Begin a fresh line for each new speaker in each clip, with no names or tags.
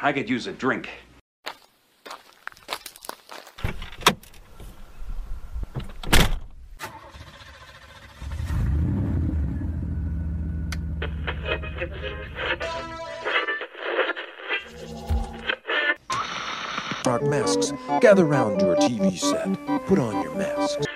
I could use a drink.
Dark masks, gather round your TV set. Put on your masks.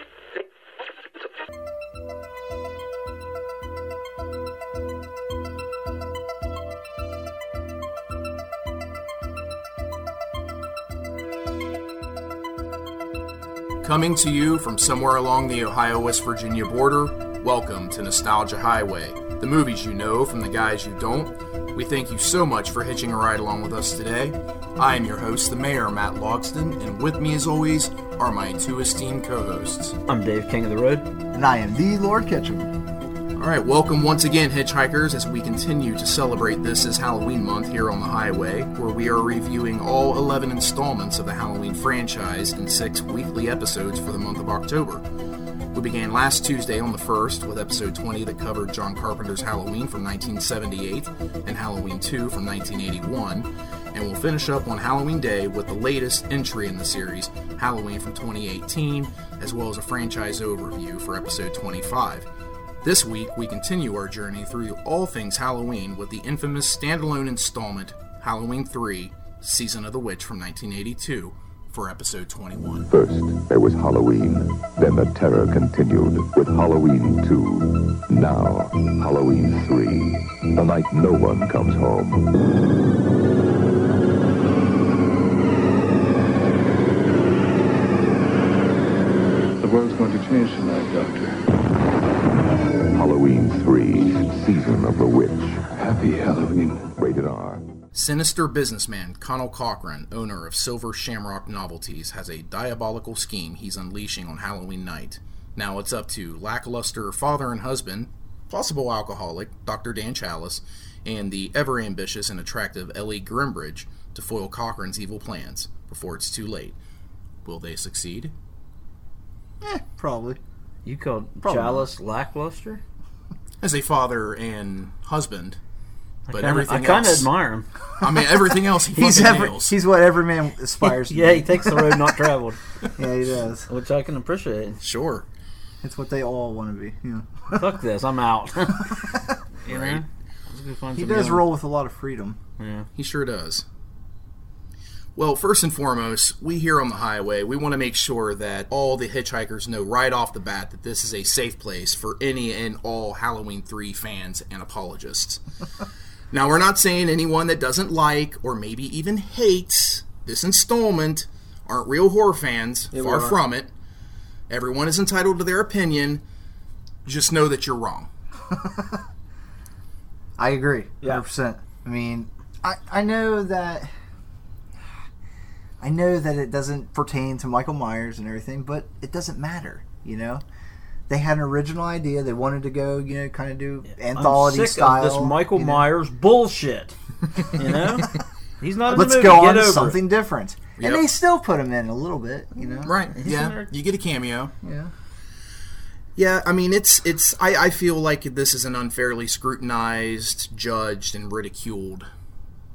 Coming to you from somewhere along the Ohio West Virginia border, welcome to Nostalgia Highway, the movies you know from the guys you don't. We thank you so much for hitching a ride along with us today. I am your host, the Mayor, Matt Logston, and with me, as always, are my two esteemed co hosts.
I'm Dave King of the Road.
And I am the Lord Ketchum.
All right, welcome once again, hitchhikers, as we continue to celebrate this as Halloween month here on the highway, where we are reviewing all 11 installments of the Halloween franchise in six weekly episodes for the month of October. We began last Tuesday on the 1st with episode 20 that covered John Carpenter's Halloween from 1978 and Halloween 2 from 1981, and we'll finish up on Halloween Day with the latest entry in the series, Halloween from 2018, as well as a franchise overview for episode 25. This week, we continue our journey through all things Halloween with the infamous standalone installment, Halloween 3 Season of the Witch from 1982, for episode 21.
First, there was Halloween. Then the terror continued with Halloween 2. Now, Halloween 3. The night no one comes home.
The world's going to change tonight, Doctor.
Halloween 3. Season of the Witch.
Happy Halloween.
Rated R.
Sinister businessman Connell Cochran, owner of Silver Shamrock Novelties, has a diabolical scheme he's unleashing on Halloween night. Now it's up to lackluster father and husband, possible alcoholic Dr. Dan Chalice, and the ever ambitious and attractive Ellie Grimbridge to foil Cochran's evil plans before it's too late. Will they succeed?
Eh, probably.
You called
Probably
Chalice lackluster?
As a father and husband, but
Kinda-
everything
I kind of
else.
admire him.
I mean, everything else he
He's
fucking
every,
nails.
he's what every man aspires to
yeah, he
be.
takes the road not traveled,
Yeah, he does.
which I can appreciate.
Sure.
It's what they all want to be. You know.
Fuck this, I'm out. you
Right.
know? Let's go find
he
somebody
does
else.
roll with a lot of freedom.
Yeah.
He sure does. Well, first and foremost, we here on the highway, we want to make sure that all the hitchhikers know right off the bat that this is a safe place for any and all Halloween 3 fans and apologists. now, we're not saying anyone that doesn't like or maybe even hates this installment aren't real horror fans, far from it. Everyone is entitled to their opinion. Just know that you're wrong.
I agree.
Yeah.
100%. I mean, I, I know that I know that it doesn't pertain to Michael Myers and everything, but it doesn't matter, you know. They had an original idea. They wanted to go, you know, kind of do anthology
I'm sick
style.
of this Michael
you know.
Myers bullshit. You know? He's not in
Let's
the movie.
go
Get
on to
over it.
something different.
Yep.
And they still put him in a little bit, you know.
Right. Yeah.
there.
You get a cameo.
Yeah.
Yeah, I mean it's it's I, I feel like this is an unfairly scrutinized, judged, and ridiculed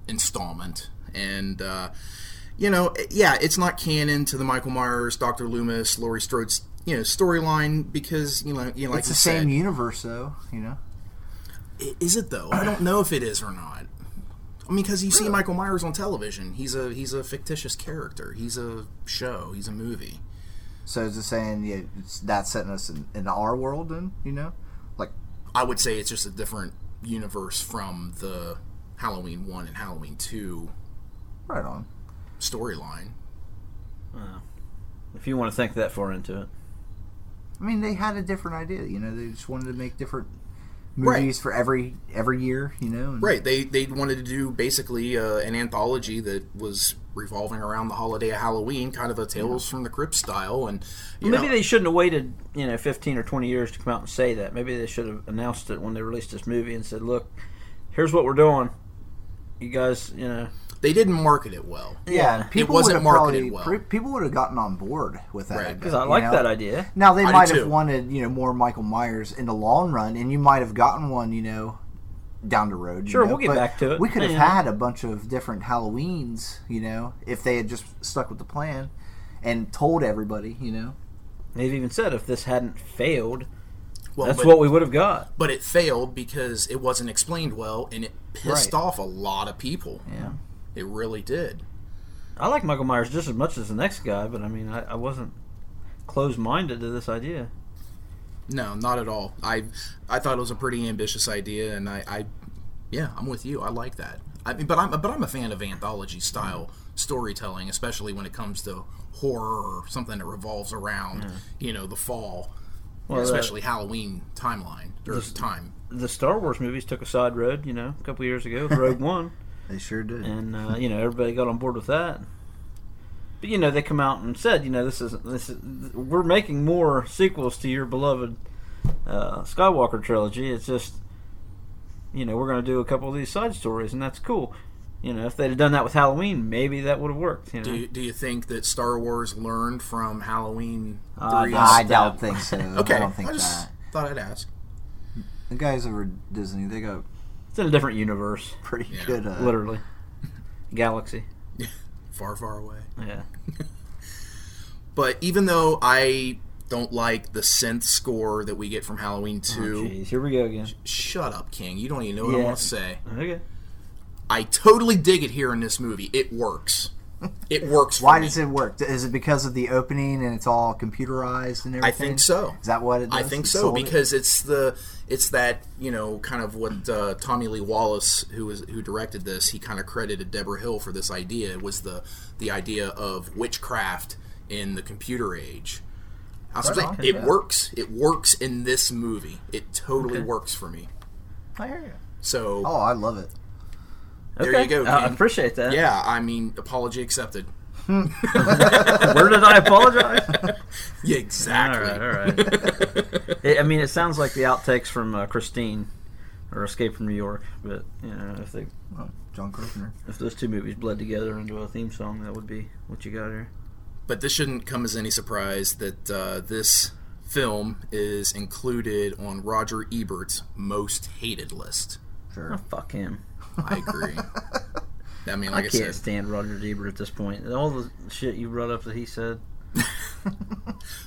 installment. And uh, you know, yeah, it's not canon to the Michael Myers, Doctor Loomis, Laurie Strode's you know storyline because you know you know, like
it's
you
the same
said,
universe, though, you know.
I- Is it though? I don't know if it is or not. I mean, because you see Michael Myers on television, he's a he's a fictitious character. He's a show. He's a movie.
So it's just saying, yeah, it's, that's setting us in, in our world, then, you know. Like,
I would say it's just a different universe from the Halloween one and Halloween two
right on.
storyline.
If you want to think that far into it.
I mean, they had a different idea. You know, they just wanted to make different
Right.
movies for every every year. You know, and
Right. They they wanted to do basically uh, an anthology that was revolving around the holiday of Halloween, kind of a Tales from the Crypt style, and you
Maybe
know,
they shouldn't have waited, you know, 15 or 20 years to come out and say that. Maybe they should have announced it when they released this movie and said, look, here's what we're doing. You guys, you know.
they didn't market it well.
Yeah, and people
wasn't
would have
marketed
probably,
well.
pre- People would have gotten on board with that.
Right.
idea,
Because I
you
like
know?
that idea.
Now they
I do
might
too.
have wanted you know more Michael Myers in the long run, and you might have gotten one you know down the road. you
Sure,
know,
we'll get
but
back to it.
We could have
Yeah.
had a bunch of different Halloweens, you know, if they had just stuck with the plan and told everybody, you know.
They've even said if this hadn't failed,
Well,
that's
but,
what we would have got.
but it failed because it wasn't explained well, and it pissed
Right.
off a lot of people. Yeah, it really did.
I like Michael Myers just as much as the next guy, but I mean, I, I wasn't closed minded to this idea.
No, not at all. I I thought it was a pretty ambitious idea, and I, I yeah, I'm with you. I like that. I mean, but I'm but I'm a fan of anthology style storytelling, especially when it comes to horror or something that revolves around you know the fall,
Well, that-
especially Halloween timeline or time.
The Star Wars movies took a side road, you know, a couple years ago, with Rogue One,
They sure did.
and uh, you know everybody got on board with that. But you know they come out and said, you know, this isn't this. Is, we're making more sequels to your beloved uh, Skywalker trilogy. It's just, you know, we're going to do a couple of these side stories, and that's cool. You know, if they'd have done that with Halloween, maybe that would have worked. You know,
Do you, do you think that Star Wars learned from Halloween
Uh,
three?
no,
I
stuff?
don't think so.
Okay,
I don't think
just
that.
thought I'd ask.
The guys over at Disney, they got
it's in a different universe,
pretty
Yeah.
good. Uh,
literally, galaxy.
Far, far away.
Yeah.
But even though I don't like the synth score that we get from Halloween
Oh,
two.
Jeez, here we go again.
Shut up, King. You don't even know what I
Yeah.
want to say.
Okay.
I totally dig it here in this movie. It works. It works. For
Why
me.
does it work? Is it because of the opening and it's all computerized and everything?
I think so.
Is that what it
I
does?
think
It
so
sold it?
because it's the it's that you know kind of what uh, Tommy Lee Wallace who was who directed this he kind of credited Deborah Hill for this idea It was the the idea of witchcraft in the computer age. I was saying,
on,
it
yeah.
works. It works in this movie. It totally works for me.
I hear you.
So
Oh, I love it.
There
Okay.
you go,
I
Ken.
appreciate that.
yeah, I mean, apology accepted.
Where did I apologize?
Yeah,
all
exactly.
right, all right. It- I mean, it sounds like the outtakes from uh, Christine or Escape from New York, but you know, if they
Well, John Carpenter.
if those two movies bled together into a theme song, that would be what you got here.
But this shouldn't come as any surprise that uh, this film is included on Roger Ebert's most hated list.
Sure.
Oh, fuck him.
I agree. I mean,
I
like I,
can't
said,
stand Roger Ebert at this point. All the shit you brought up that he said.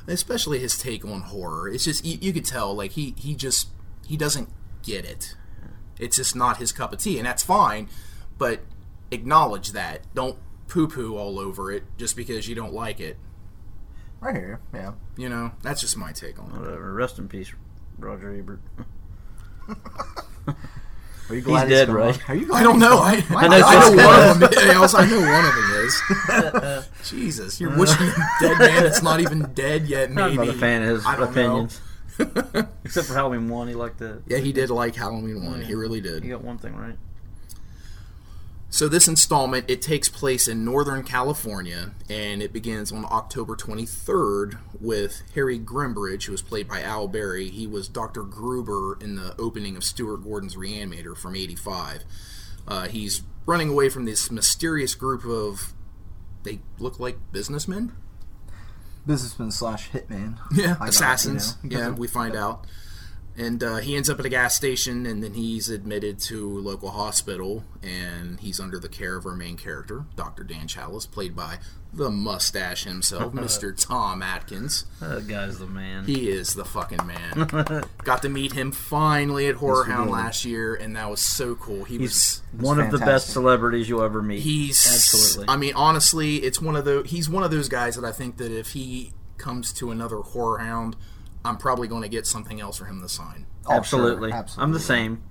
especially his take on horror. It's just you, you could tell, like he he just he doesn't get it. It's just not his cup of tea, and that's fine. But acknowledge that. Don't poo poo all over it just because you don't like it.
Right here. Yeah.
You know, that's just my take on it.
Whatever. Rest in peace, Roger Ebert.
Are you
He's
glad
dead,
gone?
right?
Are you glad
I don't
he's
know.
gone?
I, I,
know
know,
just-
one of them is. I know one of them is. Jesus, you're wishing a dead man that's not even dead yet. Maybe.
I'm not a fan of his
I don't
opinions. Except for Halloween 1, he liked that.
Know. Yeah, he did like Halloween one. He really
He
did.
got one thing right.
So this installment it takes place in Northern California, and it begins on October 23rd with Harry Grimbridge, who was played by Al Berry. He was Dr. Gruber in the opening of Stuart Gordon's Reanimator from '85. Uh, he's running away from this mysterious group of they look like businessmen.
Businessman slash hitman. I
Yeah,
got it,
assassins.
you know.
Yeah, we find out. And uh, he ends up at a gas station, and then he's admitted to a local hospital, and he's under the care of our main character, Dr. Dan Chalice, played by the mustache himself, Mr. Tom Atkins.
That guy's the man.
He is the fucking man. Got to meet him finally at Horror
Yes, we
Hound
did.
last year, and that was so cool. He was.
He's one of the best
fantastic.
celebrities you'll ever meet.
He's
absolutely.
I mean, honestly, it's one of the. He's one of those guys that I think that if he comes to another horror hound, I'm probably going to get something else for him to sign.
Oh, sure,
absolutely. I'm the same.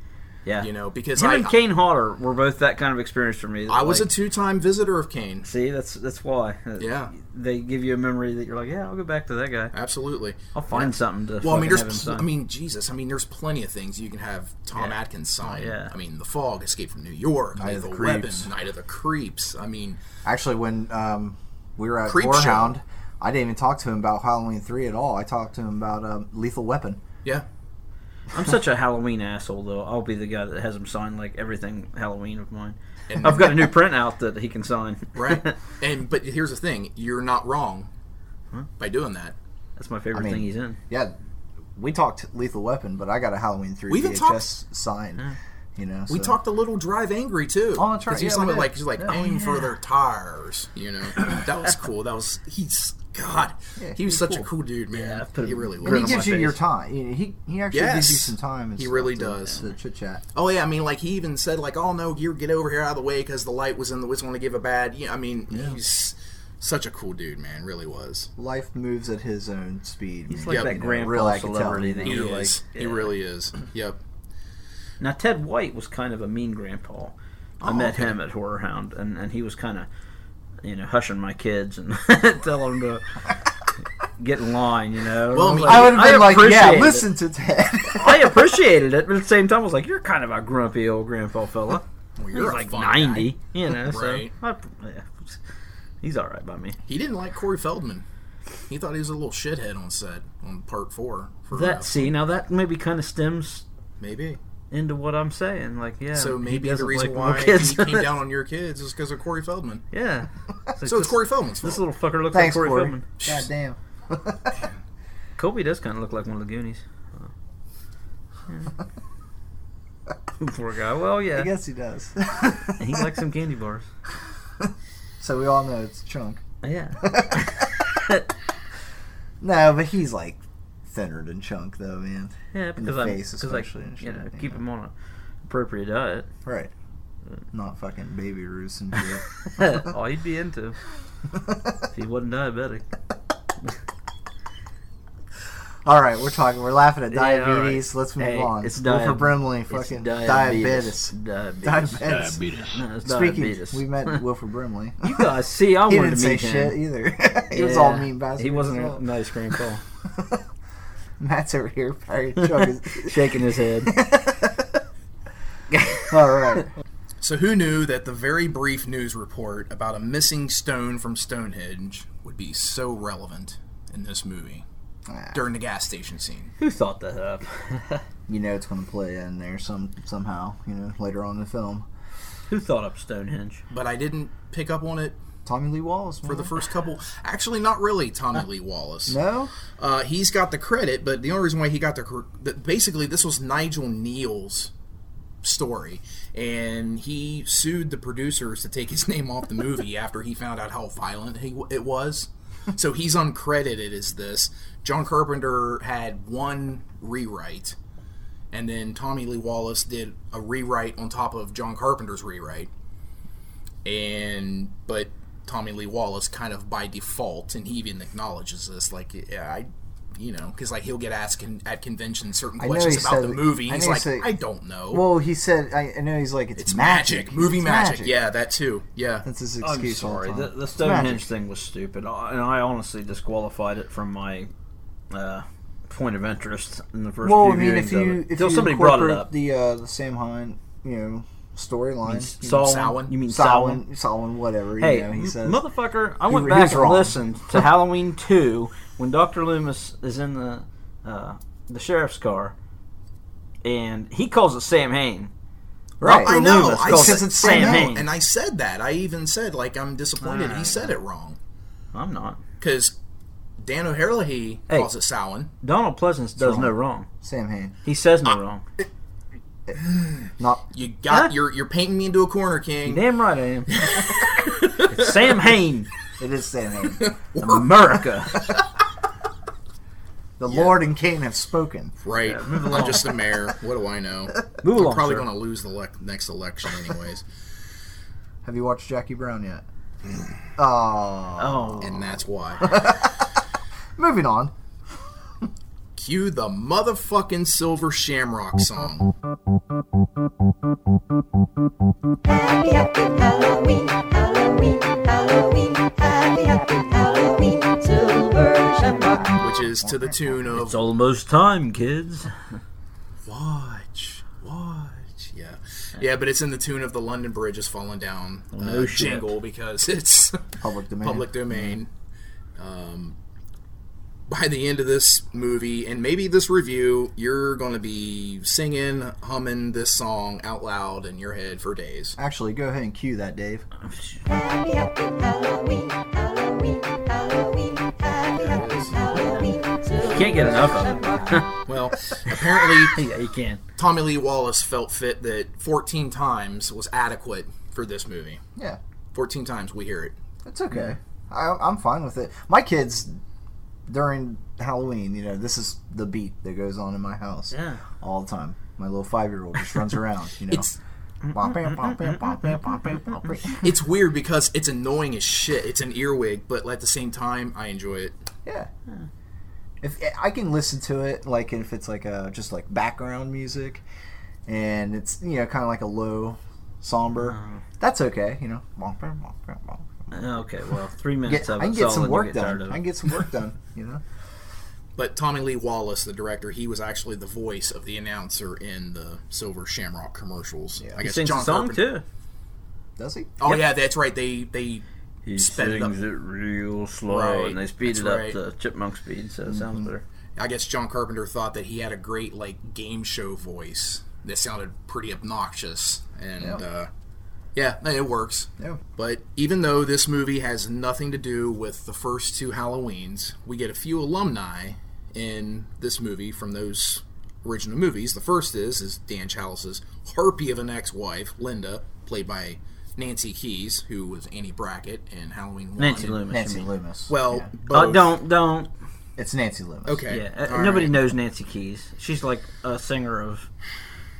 Yeah.
You know, because
Him
I,
and Kane Hodder were both that kind of experience for me.
I was
Like,
a two-time visitor of Kane.
see, that's that's why. Uh,
Yeah.
They give you a memory that you're like, yeah, I'll go back to that guy.
Absolutely.
I'll find something to
Well, I mean,
fucking have him
there's, pl-
sign.
I mean, Jesus, I mean, there's plenty of things you can have Tom
Yeah. Oh,
Atkins sign.
yeah.
I mean, The Fog, Escape from New York, Night,
of
of the,
the
Weapon,
Creeps.
Night of the Creeps. I mean,
Actually, when um, we were at
Creep
Horror
show.
Hound, I didn't even talk to him about Halloween 3 at all. I talked to him about um, Lethal Weapon.
yeah,
I'm such a Halloween asshole, though. I'll be the guy that has him sign like everything Halloween of mine.
And-
I've got a new printout that he can sign.
right. and but here's the thing: you're not wrong by doing that.
That's my favorite
I mean,
thing he's in.
Yeah, we talked Lethal Weapon, but I got a Halloween 3
We even
VHS
talked-
sign. You know,
We
so-
talked a little drive angry too.
Oh, that's right.
'Cause He was
Yeah, we
talking about,
did.
like he's like
Yeah.
aim for their tires. You know, that was cool. That was he's God.
Yeah,
he was
he's
such a
cool.
cool dude,
Yeah, I
man.
put
he
him-
really
And
Grin
he
on
was.
my
gives you your
face.
time. He he- he actually gives you
Yes.
some time. and
He
stuff
really
to-
does.
To chit chat.
Oh yeah, I mean, like he even said like, "Oh no, you get over here out of the way because the light was in the was going to give a bad." Yeah, I mean, he's such a cool dude, man. Really was.
Life moves at his own speed.
He's
man.
like
Yep.
that grandpa
Real, I could tell.
celebrity that
He
you're
is.
like.
He
yeah.
really is. Yep.
Now Ted White was kind of a mean grandpa. I
Oh,
met
okay.
him at Horror Hound, and, and he was kind of, you know, hushing my kids and telling them to get in line. You know, And
Well,
I
I
was
mean-
I would have been like, yeah,
appreciated it.
listen to Ted.
I appreciated it, but at the same time, I was like, you're kind of a grumpy old grandpa fella.
Well,
He's
you're a
like
fun
ninety,
guy.
you know.
Right.
So I, yeah, he's all right by me.
He didn't like Corey Feldman. He thought he was a little shithead on set on part four. For
That see now that maybe kind of stems
maybe.
into what I'm saying. Like yeah,
So
he
maybe the
doesn't
reason
like little
why
kids.
he came down on your kids is because of Corey Feldman.
yeah. So,
So it's Corey Feldman's fault.
This little fucker looks
Thanks,
like Corey,
Corey.
Feldman.
God damn.
Kobe does kind of look like one of the Goonies. Uh, yeah. Poor guy. Well,
I
yeah,
guess he does.
he likes some candy bars.
so we all know it's Chunk.
Yeah,
No, but he's like thinner than Chunk, though, man.
yeah,
In the
because I'm
face
because I
especially and
you know
shit,
keep
yeah.
him on a appropriate diet.
Right. Not fucking baby roost and shit.
All he'd be into if he wasn't diabetic.
all right, we're talking. We're laughing at
Yeah, all right.
diabetes. Let's move
Hey,
on.
it's
Wilford
diab-
Brimley,
it's
fucking
diabetes.
diabetes.
Diabetes.
Diabetes.
No, it's
Speaking,
diabetes.
we met Wilford Brimley.
you guys see, I
he
wanted
didn't
to
say
meet him.
shit either. he was all
Yeah.
mean bastard.
He wasn't
as well.
a nice grandpa.
Matt's over here, Barry Chuck is
Shaking his head.
All right.
So who knew that the very brief news report about a missing stone from Stonehenge would be so relevant in this movie
Ah.
during the gas station scene?
Who thought that up?
You know it's going to play in there some somehow. You know later on in the film.
Who thought up Stonehenge?
But I didn't pick up on it
Tommy Lee Wallace
for the first couple. Actually, not really. Tommy Lee Wallace.
No.
Uh, he's got the credit, but the only reason why he got the cr- that basically this was Nigel Neal's story, and he sued the producers to take his name off the movie after he found out how violent he, it was. So he's uncredited as this. John Carpenter had one rewrite, and then Tommy Lee Wallace did a rewrite on top of John Carpenter's rewrite and but Tommy Lee Wallace kind of by default, and he even acknowledges this, like yeah, I, you know, because like he'll get asked con- at conventions certain
know
questions
he
about
said-
the movie. and
I
He's
know he
like,
said-
I don't know.
Well, he said. I, I know he's like it's,
Oh. it's magic, movie magic. Yeah, that too. Yeah,
That's his
I'm
excuse.
sorry.
All the
The,
time.
the
It's
Stonehenge
magic.
thing was stupid, I- and I honestly disqualified it from my uh, point of interest in the first few
Well, I mean,
viewings
if
of
you
it.
if
Till
you
somebody brought it
incorporate
up.
the uh, the Sam Hine, you know, storyline. you know,
Solon,
Samhain?
You mean Solomon?
Samhain, Samhain, whatever.
Hey,
you know, he
m-
says.
motherfucker! I
He-
went
he
back
was
and
wrong.
listened to Halloween two when Doctor Loomis is in the uh, the sheriff's car, and he calls it Sam Hain.
Right.
I know.
Loomis
I
calls
said
it
it's
Sam
I
Sam
know,
Hain.
and I said that. I even said like I'm disappointed.
Ah.
he said it wrong
I'm not.
because Dan O'Herlihy
Hey.
calls it Samhain.
Donald Pleasance does
wrong.
no wrong.
Sam Hain.
He says no wrong.
Not
You got
Huh?
you're you're painting me into a corner, King.
Damn right I am. It's Sam Hain,
it is Sam Hain.
America.
The Lord and King have spoken.
Right. I'm just the mayor. What do I know?
Move
We're
along,
probably
sir.
going to lose the elec next election, anyways.
Have you watched Jackie Brown yet?
Oh,
Oh.
and that's why.
Moving on.
Cue the motherfucking Silver Shamrock song.
Happy, happy Halloween, Halloween, Halloween. Happy, happy Halloween, Silver Shamrock.
which is to the tune of
it's almost time, kids.
Watch, Watch. Yeah. Yeah, but it's in the tune of the London Bridge is falling down uh,
no shit.
jingle because it's
Public domain.
public domain. Um, by the end of this movie, and maybe this review, you're going to be singing, humming this song out loud in your head for days.
Actually, go ahead and cue that, Dave.
Happy, happy Halloween, Halloween, Halloween. Happy, happy Halloween, Silver Can't get enough of them.
Well, apparently
Yeah, you can.
Tommy Lee Wallace felt fit that 14 times was adequate for this movie.
Yeah,
14 times we hear it.
it's okay. I, I'm fine with it. My kids during Halloween, you know, this is the beat that goes on in my house
Yeah.
all the time. My little five year old just runs around, you know.
It's
Bop, bam, bop, bam, bop, bam, bop, bam, bop, bam.
it's weird because it's annoying as shit. It's an earwig, but at the same time, I enjoy it.
Yeah. If I can listen to it, like if it's like a just like background music, and it's you know kind of like a low, somber,
Uh-huh.
that's okay. You know. Bonk, bang, bonk, bang, bonk.
Uh,
Okay, well, three
Get,
minutes
I
of
can
it's
get
all
some
and you
work
get
done.
tired of
I
it.
can get some work done. You know.
But Tommy Lee Wallace, the director, he was actually the voice of the announcer in the Silver Shamrock commercials.
Yeah.
I
He
He
guess
sings
John
a song
Carpenter-
too.
Does he?
Oh yeah, that's right. They they
He
Sped it up.
sings it real slow,
Right,
and they speed it
that's
up
right.
to chipmunk speed, so it sounds better.
I guess John Carpenter thought that he had a great like game show voice that sounded pretty obnoxious, and
Yeah.
uh, yeah, no, it works.
No.
But even though this movie has nothing to do with the first two Halloweens, we get a few alumni in this movie from those original movies. The first is is Dan Chalice's harpy of an ex-wife, Linda, played by Nancy Keys, who was Annie Brackett in Halloween One.
Nancy
And-
Loomis.
Nancy
I mean.
Loomis.
Well,
Yeah.
both.
Oh, don't, don't.
it's Nancy Loomis.
Okay.
Yeah, uh,
all
nobody
right.
knows Nancy Keys. She's like a singer of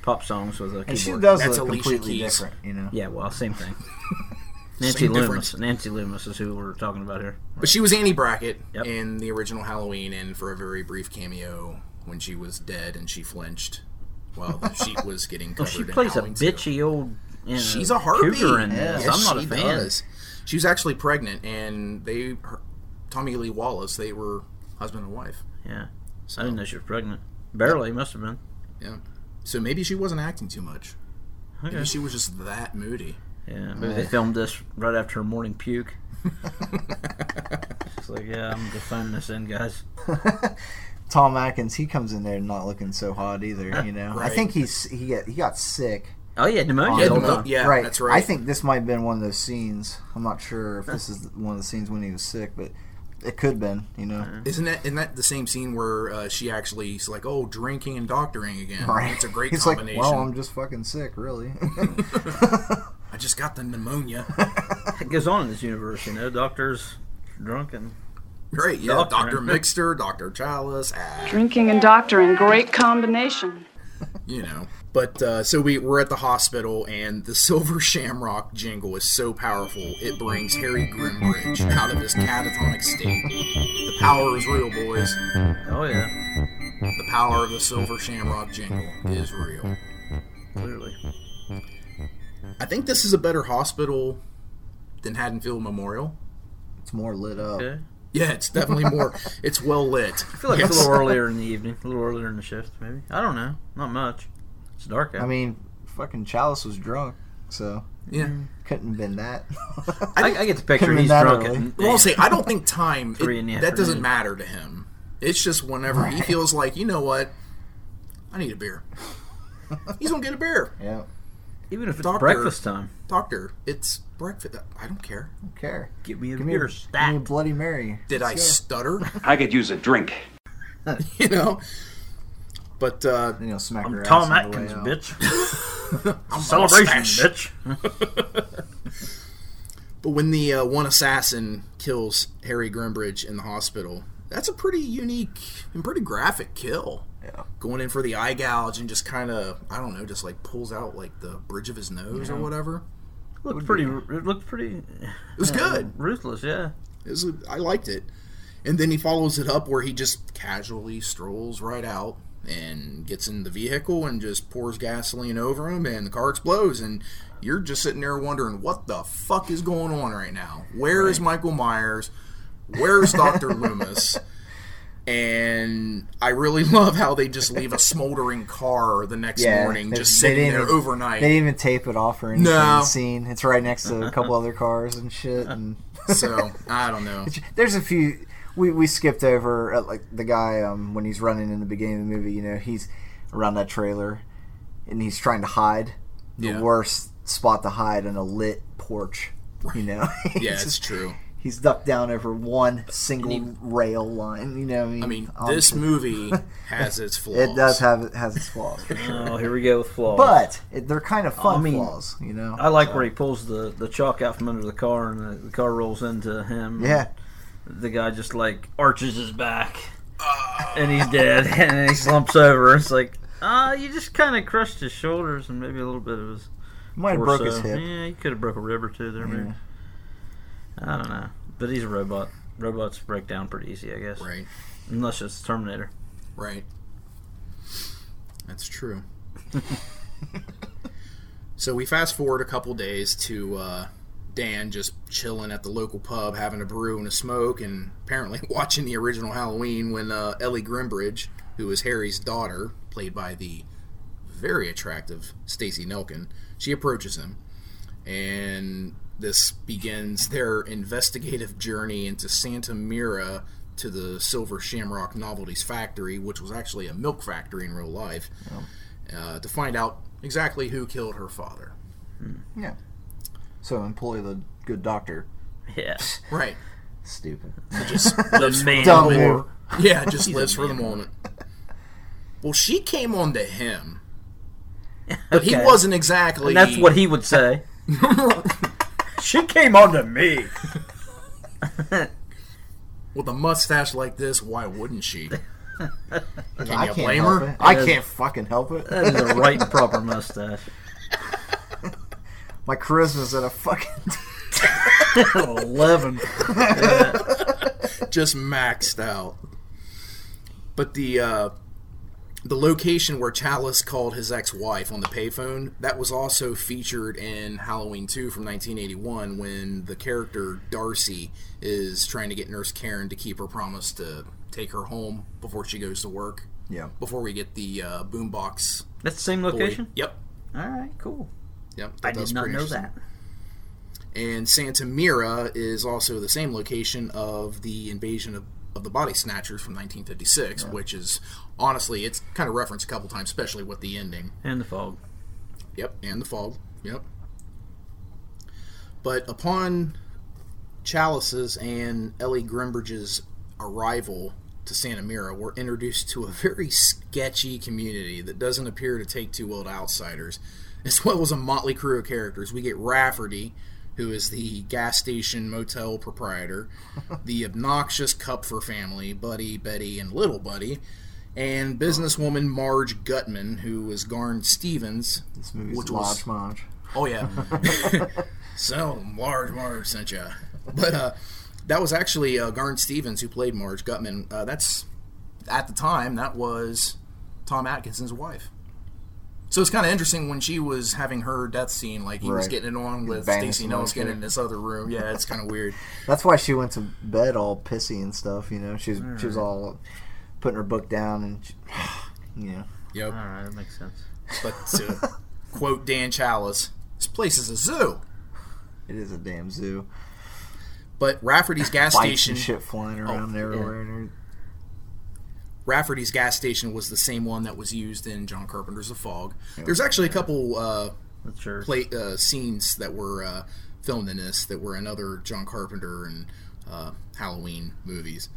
pop songs with a keyboard.
And she does
That's
look
Alicia
completely
Keys.
different. You know.
Yeah, well, same thing. Nancy
Same
Loomis.
difference.
Nancy Loomis is who we're talking about here.
But she was Annie Brackett
Yep.
in the original Halloween, and for a very brief cameo when she was dead and she flinched while the sheet was getting
Well,
covered.
she
in
plays a
Halloween too.
bitchy old. You know,
She's a harpy.
cougar in this.
Yes,
I'm not a fan.
Does. She was actually pregnant, and they, her, Tommy Lee Wallace, they were husband and wife.
Yeah, I didn't know she was pregnant. Barely, must have been.
Yeah. So maybe she wasn't acting too much. Maybe
Okay.
she was just that moody.
Yeah, maybe they filmed this right after her morning puke. It's like, yeah, I'm gonna phone this in, guys.
Tom Atkins, he comes in there not looking so hot either. You know.
Right.
I think he's he got, he got sick.
Oh yeah,
on
pneumonia.
the-
hold
pneumonia.
on.
yeah, that's right.
I think this might have been one of those scenes. I'm not sure if this is one of the scenes when he was sick, but it could have been, you know.
Isn't that isn't that the same scene where uh, she actually is like, oh, drinking and doctoring again? It's a great
He's
combination.
like, well, I'm just fucking sick, really.
I just got the pneumonia.
It goes on in this universe, you know. Doctors drunk and
Great, yeah.
Doctor.
Dr. Mixter, Dr. Chalice, ah,
Drinking and doctoring, great combination.
you know. But uh, so we, we're at the hospital, and the Silver Shamrock jingle is so powerful, it brings Harry Grimbridge out of his catatonic state. The power is real, boys.
oh yeah,
The power of the Silver Shamrock jingle is real.
clearly.
I think this is a better hospital than Haddonfield Memorial.
it's more lit up.
Okay.
Yeah, it's definitely more, it's well lit.
I feel like it's a little earlier in the evening, a little earlier in the shift, maybe. I don't know. Not much. It's dark out.
I mean, fucking Chalice was drunk, so
Yeah.
couldn't have been that.
I, I get the picture.
Could've
He's
been that
drunk.
early.
At,
Well, I'll say I don't think time it-
Three in the
that doesn't
afternoon.
matter to him. It's just whenever he
Right.
feels like you know what, I need a beer. He's gonna get a beer,
yeah,
even if it's
Doctor.
breakfast time.
doctor. It's breakfast. I don't care.
don't care.
Give me a
Give me, a,
beer
give me a
stat.
Bloody Mary.
Did I
Let's
stutter?
I could use a drink.
you know. But uh,
go. And he'll smack her
I'm
ass
Tom
on the way
Atkins,
out.
bitch.
I'm
Celebration,
mustache.
bitch.
But when the uh, one assassin kills Harry Grimbridge in the hospital, that's a pretty unique and pretty graphic kill.
Yeah.
Going in for the eye gouge and just kind of, I don't know, just like pulls out like the bridge of his nose or whatever.
Looked pretty. It looked pretty
It was good.
ruthless. Yeah.
It was, I liked it. And then he follows it up where he just casually strolls right out and gets in the vehicle and just pours gasoline over him, and the car explodes. And you're just sitting there wondering what the fuck is going on right now. Where is Michael Myers? Where's Doctor Loomis? And I really love how they just leave a smoldering car the next
Yeah,
morning,
they-
just
they
sitting
didn't
there
even-
overnight.
They didn't even tape it off or anything.
No.
Scene. It's right next to a couple other cars and shit. And
so I don't know.
There's a few we, we skipped over uh, like the guy um, when he's running in the beginning of the movie. You know, he's around that trailer and he's trying to hide. The
Yeah.
worst spot to hide on a lit porch. You know,
Yeah, it's true.
He's ducked down over one single
And
rail line. You know, what I mean,
I mean, this
Obviously,
movie has its flaws.
Um, it does have it has its flaws, for sure.
Oh, here we go with flaws.
but it, they're kind of fun
I mean,
flaws. You know,
I like where he pulls the, the chalk out from under the car and the, the car rolls into him.
yeah.
The guy just like arches his back
Ah.
and he's dead and then he slumps over. It's like, ah, you just kind of crushed his shoulders and maybe a little bit of his
Might have broke his
torso.
hip.
Yeah, he could have broke a rib or two there, maybe. I don't know. But he's a robot. Robots break down pretty easy, I guess.
Right,
Unless it's Terminator.
right. That's true. so we fast forward a couple days to uh, Dan just chilling at the local pub, having a brew and a smoke, and apparently watching the original Halloween when uh, Ellie Grimbridge, who is Harry's daughter, played by the very attractive Stacy Nelkin, she approaches him, and this begins their investigative journey into Santa Mira to the Silver Shamrock Novelties Factory, which was actually a milk factory in real life, uh, to find out exactly who killed her father.
Yeah. So employ the good doctor.
Yeah.
Right.
Stupid.
the man.
Dumb
whore.
move.
Yeah, just lives for the moment. Well, she came on to him, but he
Okay.
wasn't exactly.
And that's what he would say. she came on to me.
With a mustache like this, why wouldn't she? Can
I
you
can't
blame
help
her?
it. I can't fucking help it.
That is a right and proper mustache.
My charisma's at a fucking.
Eleven.
just maxed out. But the uh, the location where Chalice called his ex-wife on the payphone that was also featured in Halloween 2 from 1981 when the character Darcy is trying to get Nurse Karen to keep her promise to take her home before she goes to work.
Yeah.
Before we get the uh, boombox.
That's the same
boy.
location.
Yep.
All right, cool.
Yep.
I
that was
did not
pretty
know
interesting.
that.
And Santa Mira is also the same location of the invasion of, of the body snatchers from 1956, which is honestly, it's kind of referenced a couple times, especially with the ending.
And the fog.
Yep, and the fog. Yep. But upon Chalice's and Ellie Grimbridge's arrival to Santa Mira, we're introduced to a very sketchy community that doesn't appear to take too well to outsiders, as well as a motley crew of characters. We get Rafferty, who is the gas station motel proprietor, the obnoxious Cupfer family, Buddy, Betty, and Little Buddy, and businesswoman Marge Gutman, who was Garn Stevens,
This movie's
Which
Which
was-
Lodge Monge.
Oh yeah. so large Marge sent ya. But uh, that was actually uh, Garn Stevens who played Marge Gutman. Uh, that's at the time that was Tom Atkinson's wife. So it's kind of interesting when she was having her death scene, like he was
Right.
getting it on with
banging
Stacy
some other
Nelson
shit.
in this other room. Yeah, it's kind of weird.
That's why she went to bed all pissy and stuff. You know, she was she was all putting her book down and, she, you know,
Yep.
All right, that makes sense.
But to quote Dan Chalice, "This place is a zoo."
it is a damn zoo.
But Rafferty's gas
Bites
station
and shit flying around everywhere. And everything.
Rafferty's gas station was the same one that was used in John Carpenter's The Fog. There's actually a couple uh,
That's sure.
play, uh, scenes that were uh, filmed in this that were in other John Carpenter and uh, Halloween movies.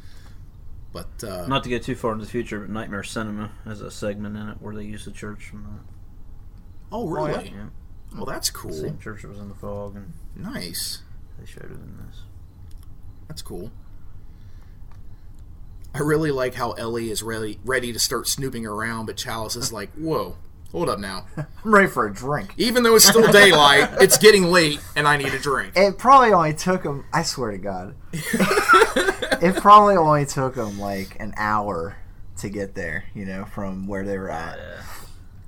But uh,
Not to get too far into the future, but Nightmare Cinema has a segment in it where they use the church from
oh, really?
yeah.
Well, that's
the
cool.
same church that was in the fog, and
Nice.
they showed it in this.
That's cool. I really like how Ellie is really ready to start snooping around, but Chalice is like, "Whoa, hold up now!
I'm ready for a drink.
Even though it's still daylight, it's getting late, and I need a drink."
It probably only took him. I swear to God, it probably only took him like an hour to get there. You know, from where they were at.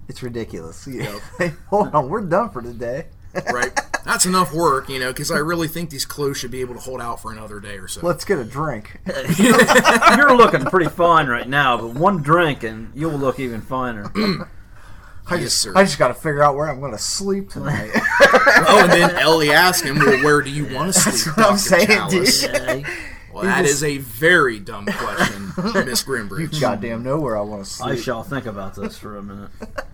It's ridiculous. You know, hold on, we're done for today.
right? That's enough work, you know, because I really think these clothes should be able to hold out for another day or so.
Let's get a drink.
You're looking pretty fine right now, but one drink and you'll look even finer.
I
Yes,
just,
sir.
I just got to figure out where I'm going to sleep tonight.
oh, and then Ellie asked him, "Well, where do you want to sleep?"
what I'm
Dr.
saying,
Chalice?
dude.
Hey,
Well, that
just-
is a very dumb question, Miss Grimbridge.
Goddamn, know where I want to
I
sleep.
shall think about this for a minute.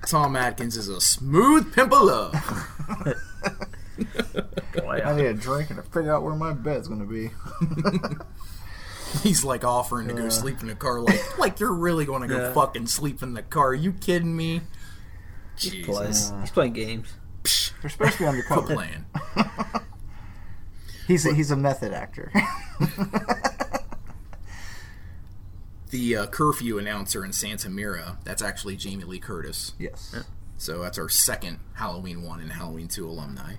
Tom Atkins is a smooth pimple up.
I need a drink and to figure out where my bed's going to be.
He's like offering to
Uh.
go sleep in the car, like like you're really going to go
Yeah.
fucking sleep in the car? you kidding me? Jesus,
He's playing games.
They're supposed to be
quit
undercover.
playing.
He's a, he's a method actor.
The uh, curfew announcer in Santa Mira. That's actually Jamie Lee Curtis.
yes.
So that's our second Halloween one and Halloween two alumni.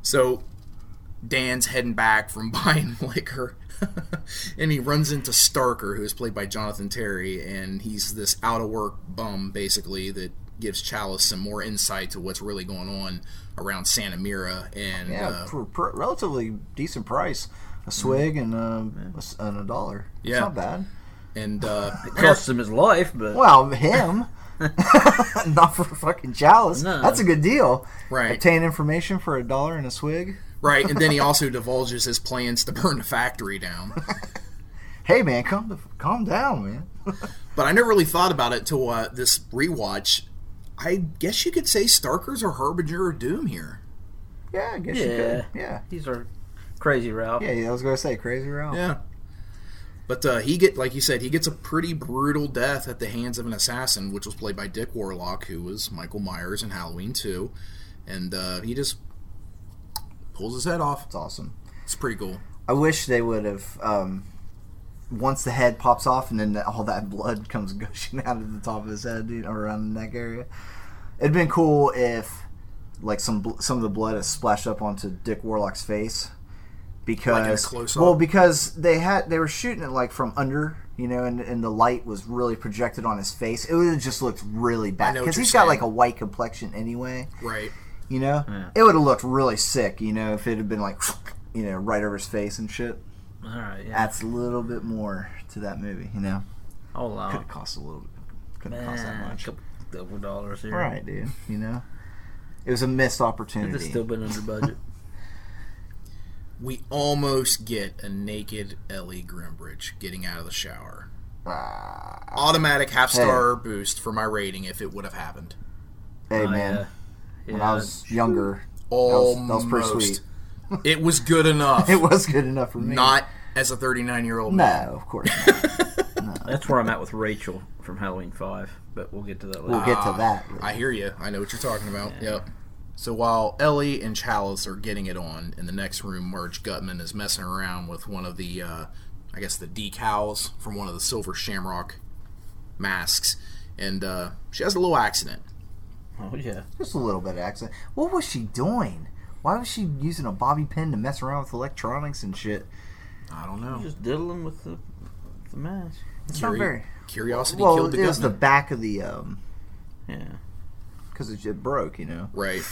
So Dan's heading back from buying liquor, and he runs into Starker, who is played by Jonathan Terry, and he's this out of work bum basically that gives Chalice some more insight to what's really going on around Santa Mira and
Yeah,
uh,
for a pr- relatively decent price. A swig and, um, a s- and a dollar. It's
Yeah.
not bad.
and uh,
Cost him his life, but
Well, him. not for fucking Chalice.
No.
That's a good deal.
Right.
Obtain information for a dollar and a swig.
right, and then he also divulges his plans to burn the factory down.
Hey, man, calm, the, calm down, man.
But I never really thought about it till uh, this rewatch. I guess you could say Starker's a harbinger of doom here.
Yeah, I guess you could. Yeah.
He's our crazy route.
Yeah, yeah, I was going to say, crazy route.
Yeah. But uh, he get like you said, he gets a pretty brutal death at the hands of an assassin, which was played by Dick Warlock, who was Michael Myers in Halloween 2. And uh, he just pulls his head off.
It's awesome.
It's pretty cool.
I wish they would have. Um, once the head pops off and then all that blood comes gushing out of the top of his head you know, around the neck area, it'd been cool if like some bl- some of the blood has splashed up onto Dick Warlock's face because
close-up?
well because they had they were shooting it like from under you know and, and the light was really projected on his face it would have just looked really bad
know what
because
you're
he's got like a
saying.
white complexion anyway
Right.
you know, it would have looked really sick. You know, if it had been like, you know, right over his face and shit.
All right. Yeah.
That's a little bit more to that movie. You know,
I'll allow
could
it.
have cost a little bit. Couldn't cost that
Man, a
much.
couple couple dollars here.
Right, dude. You know, it was a missed opportunity.
It's still been under budget.
We almost get a naked Ellie Grimbridge getting out of the shower. Automatic half star boost for my rating if it would have happened.
hey
Oh,
man,
yeah.
when
Yeah.
I was younger,
Almost.
that was pretty sweet.
it was good enough.
it was good enough for me.
Not as a 39 year old man.
No, of course. Not.
That's where I'm at with Rachel from Halloween Five, but we'll get to that
We'll
later.
get to that.
Ah, I hear you. I know what you're talking about. Yep. So while Ellie and Chalice are getting it on in the next room, Marge Gutman is messing around with one of the, uh, I guess, the decals from one of the Silver Shamrock masks, and uh, she has a little accident.
Oh yeah.
Just a little bit of accent. What was she doing? Why was she using a bobby pin to mess around with electronics and shit?
I don't know.
Just diddling with the the mask.
It's not very.
Curiosity
Well,
killed
it
the
was the
Gutman.
back of the um,
Yeah.
because it, it broke, you know.
right.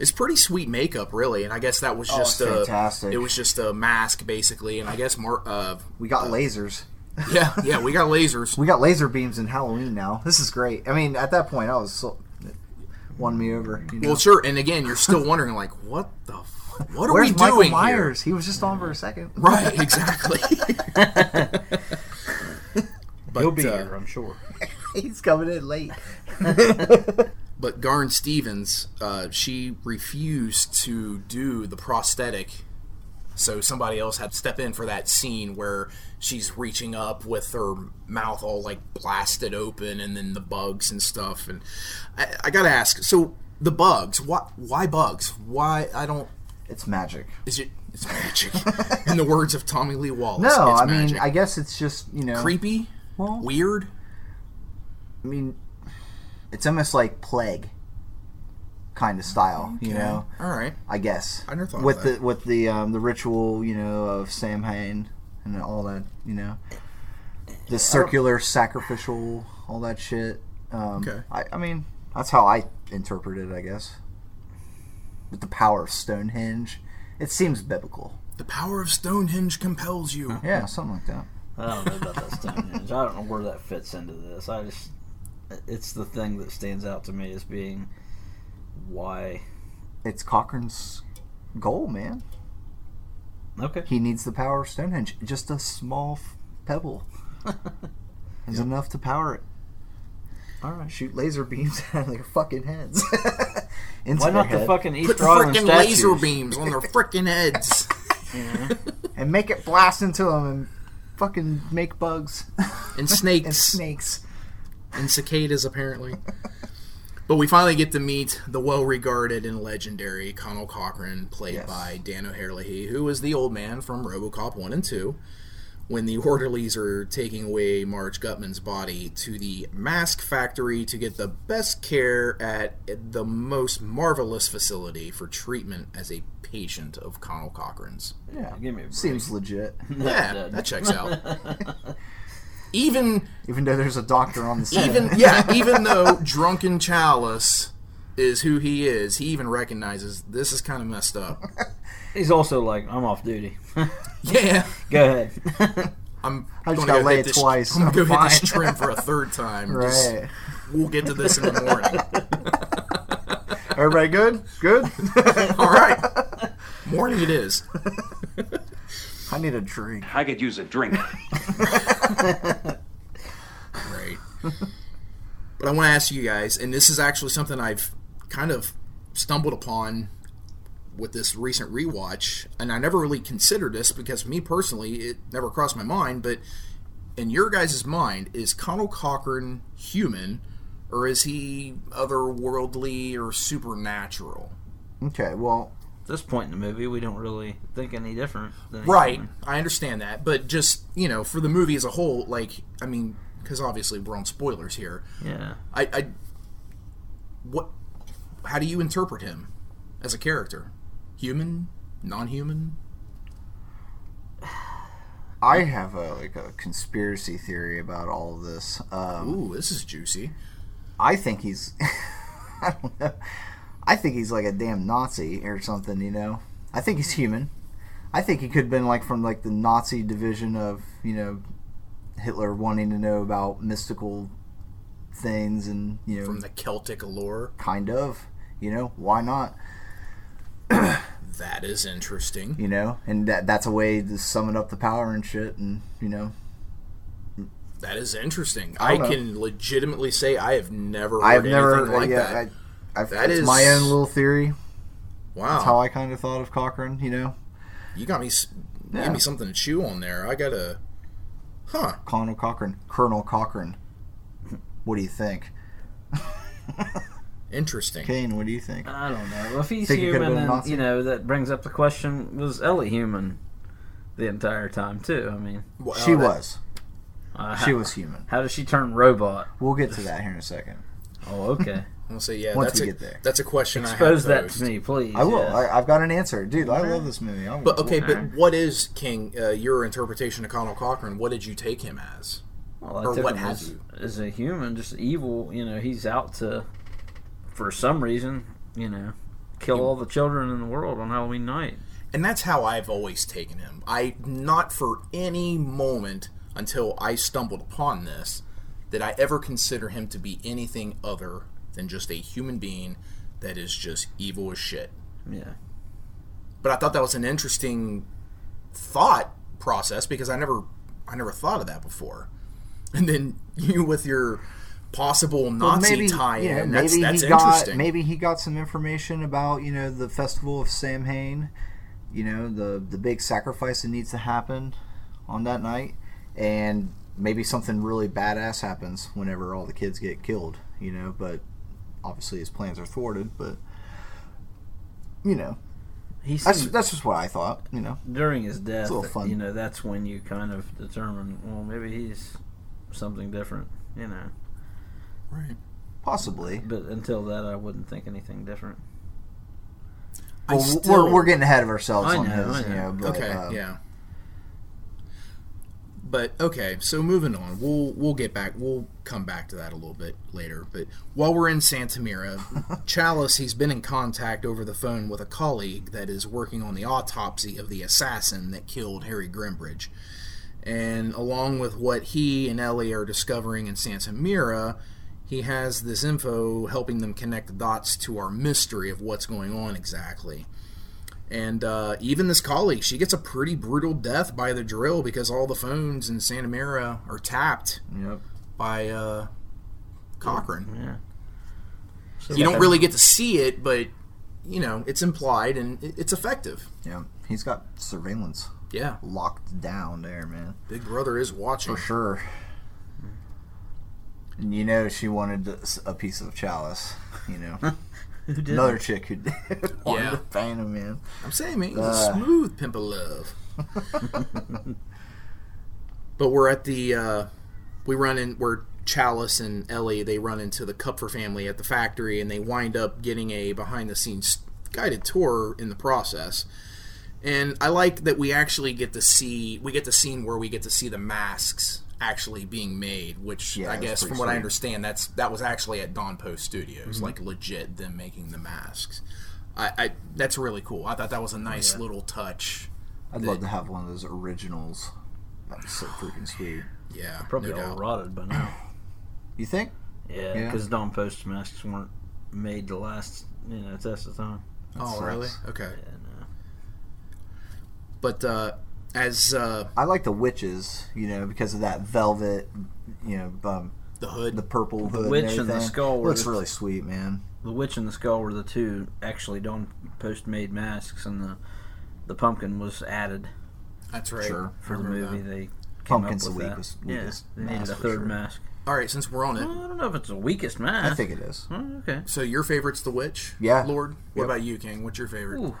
It's pretty sweet makeup, really, and I guess that was just
Oh, it's
a.
fantastic.
It was just a mask, basically, and I guess more. Uh,
We got lasers.
yeah, yeah, we got lasers.
We got laser beams in Halloween now. This is great. I mean, at that point, I was so, it won me over. You know?
Well, sure, and again, you're still wondering, like, what the, f- what are
Where's
we
Michael
doing here?
Myers? He was just on for a second.
Right, exactly. but,
He'll be
uh,
here, I'm sure.
He's coming in late.
but Garn Stevens, uh, she refused to do the prosthetic. So somebody else had to step in for that scene where she's reaching up with her mouth all like blasted open and then the bugs and stuff. And I, I got to ask so the bugs, why, why bugs? Why? I don't.
It's magic.
Is it. It's magic. In the words of Tommy Lee Wallace.
No,
it's
I mean,
magic.
I guess it's just you know.
Creepy?
Well-
Weird?
I mean, it's almost like plague kind of style, you know.
All right.
I guess.
I never thought of
with
that.
the with the um, the ritual, you know, of Samhain and all that, you know, the circular sacrificial, all that shit. Um,
Okay.
I, I mean, that's how I interpret it, I guess. With the power of Stonehenge, it seems biblical.
The power of Stonehenge compels you.
Yeah, something like that.
I don't know about that Stonehenge. I don't know where that fits into this. I just it's the thing that stands out to me as being why
It's Cochrane's goal, man.
Okay.
He needs the power of Stonehenge. Just a small f- pebble is enough to power it.
Alright.
shoot laser beams out of their fucking heads into
Why
their
not
head
the fucking Easter
Put
Island
freaking
statues?
laser beams on their freaking heads.
and make it blast into them and fucking make bugs
And snakes.
and snakes.
and cicadas apparently. but we finally get to meet the well-regarded and legendary Connell Cochran, played
Yes.
by Dan O'Herlihy, who was the old man from RoboCop one and two. When the orderlies are taking away Marge Gutman's body to the mask factory to get the best care at the most marvelous facility for treatment as a patient of Connell Cochran's.
Yeah,
Give me a break.
seems legit.
Yeah, that checks out. Even
Even though there's a doctor on the set.
even yeah, even though drunken Chalice is who he is, he even recognizes this is kind of messed up.
He's also like, I'm off duty.
Yeah,
Go ahead.
I'm.
I just
gonna
gotta
go
lay
hit
it
this-
twice.
I'm gonna
I'm
go hit this
fine.
trim for a third time. Just-
right.
we'll get to this in the morning.
Everybody good? Good.
All right, morning it is.
I need a drink.
I could use a drink.
Right. But I want to ask you guys, and this is actually something I've kind of stumbled upon with this recent rewatch, and I never really considered this because me personally, it never crossed my mind. But in your guys' mind, is Connell Cochran human, or is he otherworldly or supernatural?
Okay. Well,
At this point in the movie, we don't really think any different. Than he's
Right,
human.
I understand that, but just you know, for the movie as a whole, like I mean, because obviously we're on spoilers here.
Yeah.
I, I what how do you interpret him as a character human non-human
I have a like a conspiracy theory about all of this. Um,
ooh this is juicy
I think he's. I don't know. I think he's like a damn Nazi or something. You know. I think he's human. I think he could have been like from like the Nazi division of you know Hitler wanting to know about mystical things and you know
from the celtic lore
kind of you know why not
that is interesting
you know and that that's a way to summon up the power and shit and you know
that is interesting
I
i,
don't know.
can legitimately say i have never heard
I've never
anything like
yeah
that
I, I've,
That
it's
is- Oh.
my own little theory
wow
that's how I kind of thought of Cochrane you know
you got me s
Yeah.
give me something to chew on there i gotta huh
Colonel Cochrane Colonel Cochrane what do you think
interesting
Kane what do you
Uh,
think
I don't know. If he's
Think he could've
human,
been a
then,
Nazi?
you know, that brings up the question was Ellie human the entire time, too? I mean,
Well,
she
that-
was
uh,
she was human
How does she turn robot?
we'll get to that here in a second
Oh, okay.
i'm gonna say yeah
Once
that's
we
a,
get there.
that's a question
Expose
I have
that
posed.
to me, please.
I will
yeah.
I, I've got an answer dude I love this movie I'm,
but okay but what is king uh, your interpretation of connell cochran what did you take him as
Well, I
or
took
what
him
have
as,
you.
as a human, just evil. You know, he's out to, for some reason, you know, kill all the children in the world on Halloween night.
And that's how I've always taken him. I not for any moment until I stumbled upon this did I ever consider him to be anything other than just a human being that is just evil as shit.
Yeah.
But I thought that was an interesting thought process because I never I never thought of that before. And then you with your possible
Well,
Nazi tie-in,
yeah,
that's
maybe
that's
he
interesting.
Got, maybe he got some information about you know the festival of Samhain, you know the the big sacrifice that needs to happen on that night, and maybe something really badass happens whenever all the kids get killed. You know, but obviously his plans are thwarted. But you know,
He's
that's
Hmm.
that's just what I thought. You know,
during his death.
a little fun.
You know, that's when you kind of determine, well, maybe he's something different. You know,
right.
possibly.
but until that, I wouldn't think anything different.
I
Well, we're,
still-
we're getting ahead of ourselves
I
on
know,
his.
I know.
You know, but,
okay,
um,
yeah. But okay, so moving on, we'll we'll get back. We'll come back to that a little bit later. But while we're in Santa Mira, Chalice he's been in contact over the phone with a colleague that is working on the autopsy of the assassin that killed Harry Grimbridge. And along with what he and Ellie are discovering in Santa Mira, he has this info helping them connect the dots to our mystery of what's going on exactly. And uh, even this colleague, she gets a pretty brutal death by the drill because all the phones in Santa Mira are tapped
Yep.
by uh, Cochran.
Yeah.
You don't really get to see it, but you know, it's implied and it- it's effective.
Yeah, he's got surveillance
Yeah,
locked down there, man.
Big Brother is watching.
For sure. And you know she wanted this- a piece of chalice, you know.
Who did?
Another chick who wanted
Yeah.
to paint him, man.
I'm saying, man, he's a
Uh.
smooth pimp of love. but we're at the uh, we run in where Chalice and Ellie they run into the Kupfer family at the factory, and they wind up getting a behind the scenes guided tour in the process. And I like that we actually get to see we get the scene where we get to see the masks actually being made, which
Yeah,
I
that's
guess
pretty
from what I
sweet. Mm-hmm.
understand that's that was actually at Don Post Studios, like legit them making the masks. I, I that's really cool. I thought that was a nice little touch.
I'd love to have one of those originals. That's so freaking sweet.
Yeah,
Probably
no
all
doubt.
rotted by now.
You think?
Yeah,
Yeah.
because Dawn Post masks weren't made to last, you know, test of time.
Oh,
sucks.
really? Okay.
And, uh,
But uh, as uh,
I like the witches, you know, because of that velvet, you know, um,
the hood,
the purple hood.
witch
and,
and the
everything.
skull were
looks
the-
really sweet, man.
the Witch and the Skull were the two actually Dawn Post made masks, and the the pumpkin was added
that's right.
Sure.
for the
Remember
movie.
that.
They came
Pumpkin's
up
the
with that.
weakest-
Yeah,
weakest
they needed
mask
a
for
third
sure.
mask.
All right, since we're on it,
Well, I don't know if it's the weakest mask.
I think it is.
Oh, okay.
so your favorite's the witch.
Yeah.
Lord, what
Yep.
about you, King? What's your favorite?
Ooh,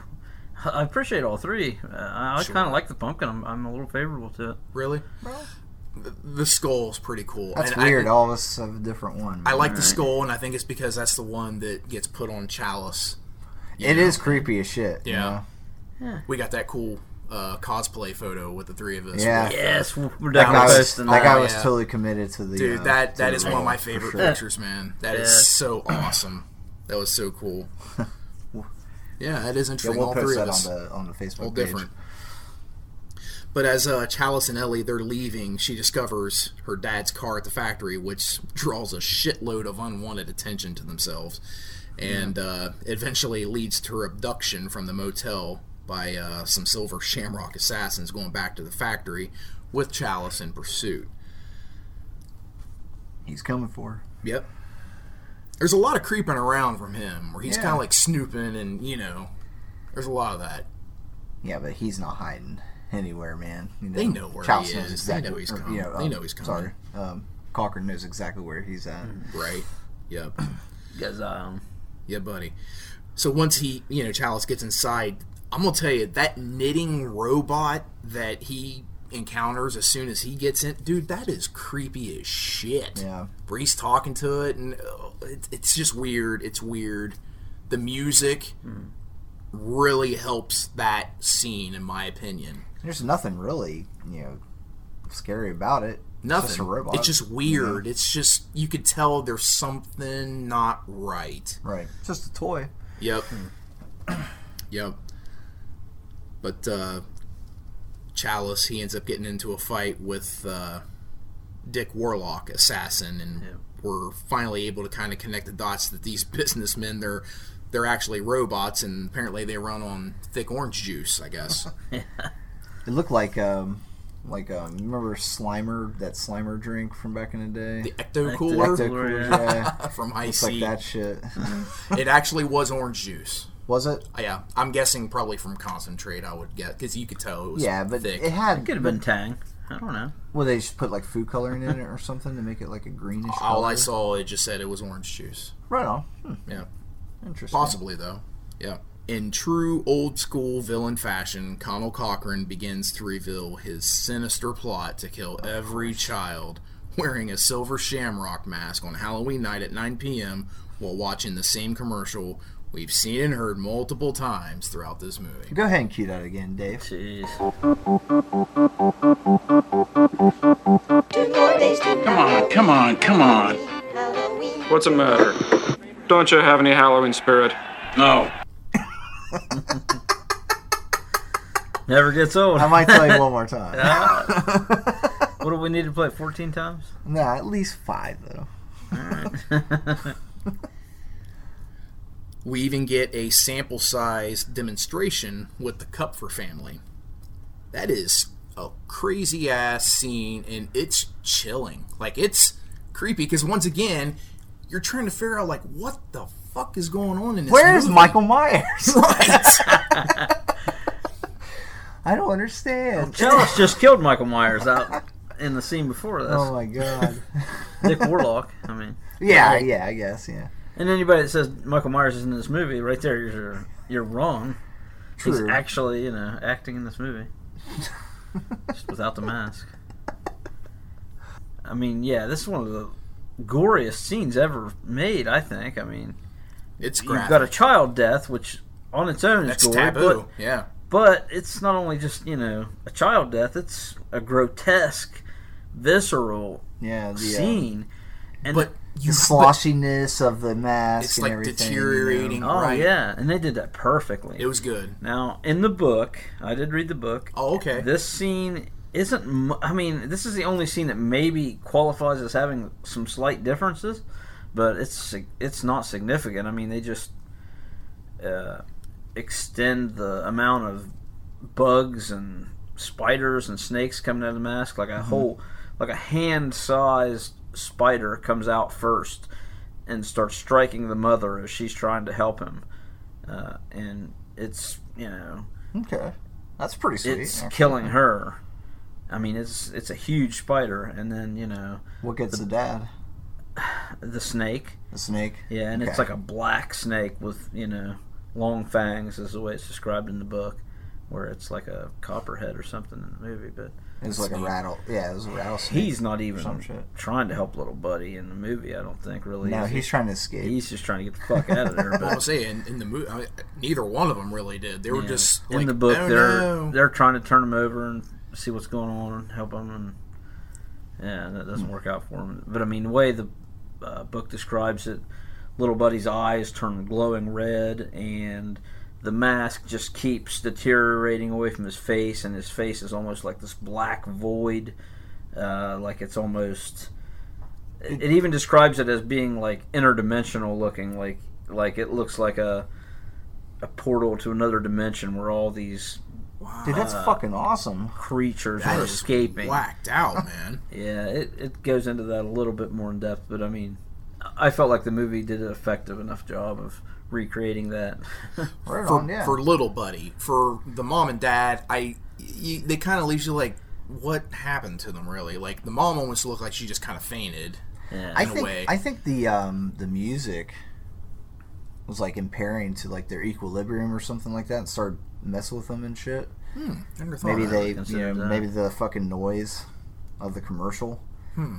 I appreciate all three. Uh, I, I
Sure.
kind of like the pumpkin. I'm, I'm a little favorable to it.
Really? The, the skull's pretty cool.
That's
And I-
weird. Oh, All of us have a different one.
I like the
Alright.
skull, and I think it's because that's the one that gets put on Chalice.
It is creepy as shit. you
Yeah.
know?
We got that cool uh, cosplay photo with the three of us.
Yeah.
with, uh,
Yes, we're
That guy
definitely
was,
posting
that
that.
guy
Oh,
was
yeah.
totally committed to the
dude,
uh,
that
to
that
the
is one of
role,
my
for
favorite
sure.
pictures, man. That is
Yeah.
so awesome. That was so cool. Yeah, that is
Yeah,
interesting.
we'll
All three
post
of
that on
us.
the on the Facebook
all
page.
different. But as uh, Chalice and Ellie they're leaving, she discovers her dad's car at the factory, which draws a shitload of unwanted attention to themselves, and uh, eventually leads to her abduction from the motel by uh, some Silver Shamrock assassins going back to the factory with Chalice in pursuit.
He's coming for. her.
Yep. There's a lot of creeping around from him, where he's
Yeah.
kind of like snooping, and you know, there's a lot of that.
Yeah, but he's not hiding anywhere, man. You
They know where
Chouse
he
knows
is. They know he's
or,
coming.
you know,
They
um,
know he's coming. Mm-hmm.
Sorry, um, Cochran knows exactly where he's at.
Right. Yep.
Guys, um,
Yeah, buddy. So once he, you know, Chalice gets inside, I'm gonna tell you that knitting robot that he encounters as soon as he gets in, dude, that is creepy as shit.
Yeah.
Bree's talking to it, and oh, it, it's just weird. It's weird. The music
Hmm.
really helps that scene, in my opinion.
There's nothing really, you know, scary about it.
Nothing.
It's just a robot.
It's just weird. It's just you could tell there's something not right.
right. It's just a toy.
Yep. yep. But uh, Chalice, he ends up getting into a fight with uh, Dick Warlock, assassin, and we're finally able to kind of connect the dots that these businessmen they're they're actually robots, and apparently they run on thick orange juice. I guess.
It looked like um, like um, you remember Slimer, that Slimer drink from back in the day.
the ecto
Ecto
cooler
Coolers,
yeah.
yeah.
from High
It's like
C.
that shit.
It actually was orange juice. Uh,
Was it?
Yeah, I'm guessing probably from concentrate. I would guess because you could tell it was
Yeah, but
thick.
it had.
could have been Tang. I don't know.
Well, they just put like food coloring in it or something to make it like a greenish.
All Oh, I
color.
saw, it just said it was orange juice.
Right on. Hmm,
Yeah.
interesting.
Possibly, though. Yeah. In true old school villain fashion, Connell Cochran begins to reveal his sinister plot to kill every child wearing a silver shamrock mask on Halloween night at 9 p.m. while watching the same commercial we've seen and heard multiple times throughout this movie.
Go ahead and cue that again, Dave.
Jeez.
Two more days to
Come on, come on, come on.
Halloween.
What's the matter? Don't you have any Halloween spirit?
No.
Never gets old.
I might tell you one more time.
What do we need to play? 14 times?
No, at least five though.
We even get a sample size demonstration with the Kupfer family. That is a crazy ass scene and it's chilling. Like it's creepy because once again, you're trying to figure out like what the fuck is going on in this
Where is
movie?
Michael Myers?
Right.
I don't understand.
Jealous just killed Michael Myers out in the scene before this.
Oh my god.
Dick Warlock. I mean,
Yeah, yeah, I guess, yeah.
and anybody that says Michael Myers is in this movie, right there, you're you're wrong. He's
True.
actually, you know, acting in this movie, just without the mask. I mean, yeah, this is one of the goriest scenes ever made. I think. I mean,
it's
you've got a
graphic.
child death, which on its own is
That's
gory,
taboo.
but
Yeah.
but it's not only just you know a child death; it's a grotesque, visceral
Yeah, the, uh,
scene. And
But you
the sloshiness of the mask
It's
and
like
everything.
deteriorating.
You know?
oh
right.
yeah, and they did that perfectly.
It was good.
now in the book, I did read the book.
Oh, okay.
This scene isn't. mu- I mean, this is the only scene that maybe qualifies as having some slight differences, but it's sig- it's not significant. I mean, they just uh, extend the amount of bugs and spiders and snakes coming out of the mask like a whole like a hand-sized spider comes out first and starts striking the mother as she's trying to help him uh, and it's you know
Okay. That's pretty sweet.
it's
actually.
killing her. I mean, it's it's a huge spider, and then you know
What gets the dad?
the snake.
The snake.
Yeah, and it's
Okay.
like a black snake with you know long fangs, is the way it's described in the book, where it's like a copperhead or something in the movie. But
It was like a rattle. Yeah, it was a rattlesnake.
he's not even
some shit.
trying to help little buddy in the movie. I don't think really.
no,
is he?
he's trying to escape.
He's just trying to get the fuck out of there.
Well, I'm
But
saying in the movie, I, neither one of them really did. They were
yeah.
just
in
like,
the book,
"Oh,
they're
no."
they're trying to turn him over and see what's going on and help him, and yeah, that doesn't work out for him. But I mean, the way the uh, book describes it, little buddy's eyes turn glowing red, and the mask just keeps deteriorating away from his face, and his face is almost like this black void, uh, like it's almost. It it even describes it as being like interdimensional looking, like like it looks like a a portal to another dimension where all these
Dude, that's fucking awesome.
creatures
That
are
is
escaping.
whacked out, man.
Yeah, it, it goes into that a little bit more in depth, but I mean, I felt like the movie did an effective enough job of recreating that.
Right
for,
on, Oh, yeah.
for little buddy, for the mom and dad, I y- they kind of leaves you like, what happened to them really? Like the mom almost looked like she just kind of fainted.
yeah.
I
in a
think
way.
I think the um the music was like impairing to like their equilibrium or something like that and started messing with them and shit.
Never thought
Maybe
of that.
they you know
considered that.
maybe the fucking noise of the commercial. Hmm.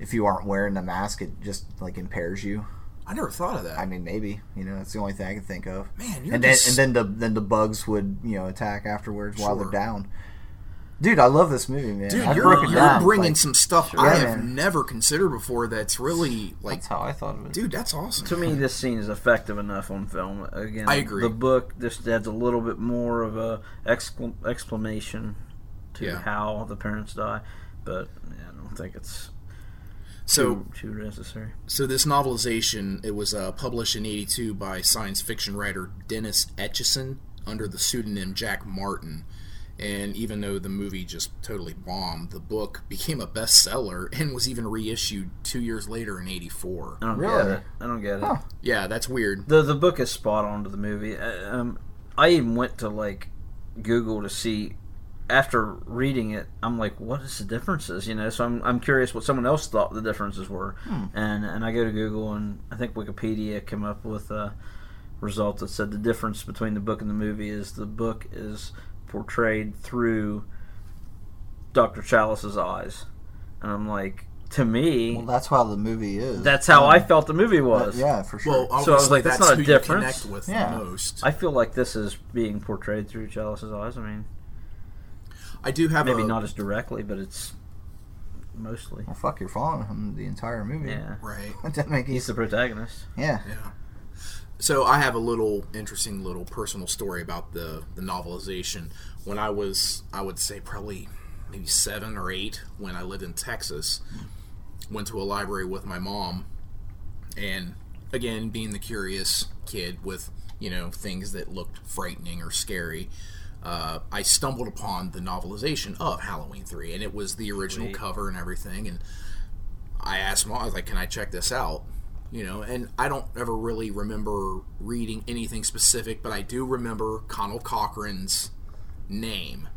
If you aren't wearing the mask, it just like impairs you.
I never thought of that.
I mean, maybe you know that's the only thing I can think of.
Man, you're
and
just-
then and then the then the bugs would you know attack afterwards while they're
Sure.
down. Dude, I love this movie, man.
Dude,
I
you're,
broke it
you're
down,
bringing
like,
some stuff
Yeah,
I have
man.
never considered before. That's really like,
That's how I thought of it.
dude, that's awesome.
to me, this scene is effective enough on film. Again,
I agree.
The book just adds a little bit more of a excla- exclamation to
Yeah.
how the parents die, but yeah, I don't think it's
so,
too necessary.
so this novelization it was uh, published in '82 by science fiction writer Dennis Etchison under the pseudonym Jack Martin. And even though the movie just totally bombed, the book became a bestseller and was even reissued two years later in '84.
I don't get
Really?
it. I don't get it.
Yeah, that's weird.
the the book is spot on to the movie. Uh, Um, I even went to like Google to see after reading it. I'm like, what is the differences? You know, so I'm, I'm curious what someone else thought the differences were,
Hmm.
and and I go to Google and I think Wikipedia came up with a result that said the difference between the book and the movie is the book is portrayed through Doctor Chalice's eyes, and I'm like, to me,
Well, that's how the movie is.
that's how I felt the movie was.
yeah, for sure.
Well,
was
obviously
like,
that's,
that's not a
who
difference.
you connect with
Yeah.
the most.
I feel like this is being portrayed through Chalice's eyes. I mean,
I do have
maybe
a,
not as directly, but it's mostly.
well, fuck, you're following him the entire movie.
Yeah,
right.
That make you-
he's the protagonist.
yeah.
Yeah. So I have a little interesting little personal story about the the novelization. When I was, I would say probably maybe seven or eight, when I lived in Texas, went to a library with my mom, and again being the curious kid with you know things that looked frightening or scary. Uh, I stumbled upon the novelization of Halloween 3, and it was the original cover and everything. And I asked mom, I was like, "Can I check this out?" you know and i don't ever really remember reading anything specific but i do remember connell cochran's name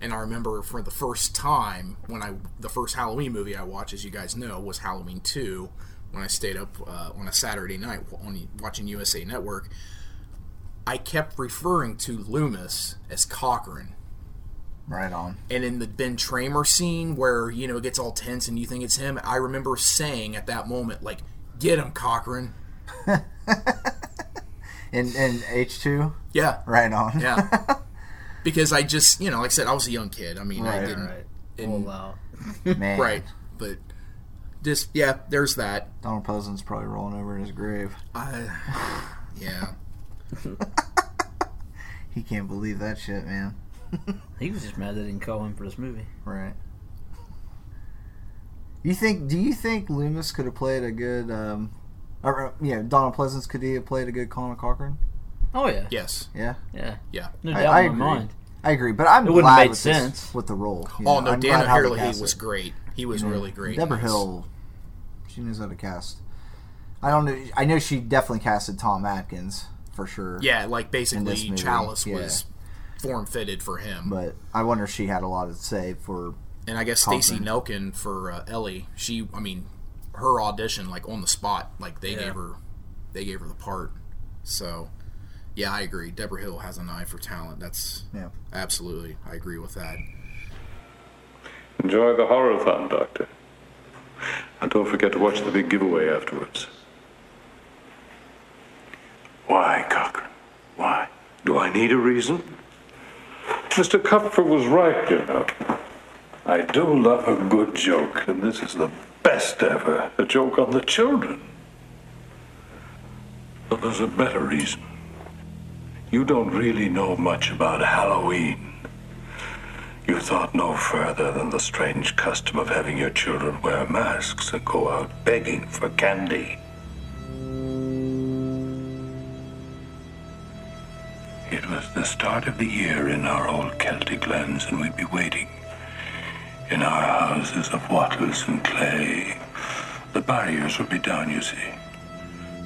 and i remember for the first time when i the first halloween movie i watched as you guys know was halloween 2 when i stayed up uh, on a saturday night on watching usa network i kept referring to loomis as cochran
Right on.
and in the Ben Tramer scene where you know it gets all tense and you think it's him, I remember saying at that moment like, "Get him, Cochran."
And and H two.
Yeah,
Right on.
yeah. because I just you know, like I said, I was a young kid. I mean, I
Right,
didn't
right. uh,
and-
Man.
right, but just yeah, there's that.
Donald Pleasant's probably rolling over in his grave.
I yeah.
He can't believe that shit, man.
He was just mad they didn't call him for this movie.
Right. You think? Do you think Loomis could have played a good? Um, or uh, yeah, Donald Pleasance could he have played a good Colonel Cochran?
Oh yeah,
Yes.
Yeah,
yeah,
Yeah.
no
I-
doubt
I
in
agree.
my mind.
I agree. But I'm
It wouldn't
glad
have made
with
sense.
this, with the role. you
Oh
know,
no,
I'm
Dan
glad how they
O'Harely
cast
was
it.
great. He was really great. in
Deborah
this.
Hill, she knows how to cast. I don't know. I know she definitely casted Tom Atkins for sure.
Yeah, like basically
movie,
Chalice
yeah.
was form fitted for him.
But I wonder if she had a lot to say for.
and I guess Stacy Nelkin for uh, Ellie. She, I mean, her audition like on the spot, like they gave her, they gave her the part. So, yeah, I agree. Deborah Hill has an eye for talent. That's
Yeah.
absolutely, I agree with that.
Enjoy the horror-thon, Doctor. And don't forget to watch the big giveaway afterwards.
Why, Cochran? Why? Do I need a reason?
Mr. Kupfer was right, you know.
I do love a good joke.
And this is the best ever. A joke on the children.
But there's a better reason. You don't really know much about Halloween. You thought no further than the strange custom of having your children wear masks and go out begging for candy. It was the start of the year in our old Celtic lands, and we'd be waiting in our houses of wattles and clay. The barriers would be down, you see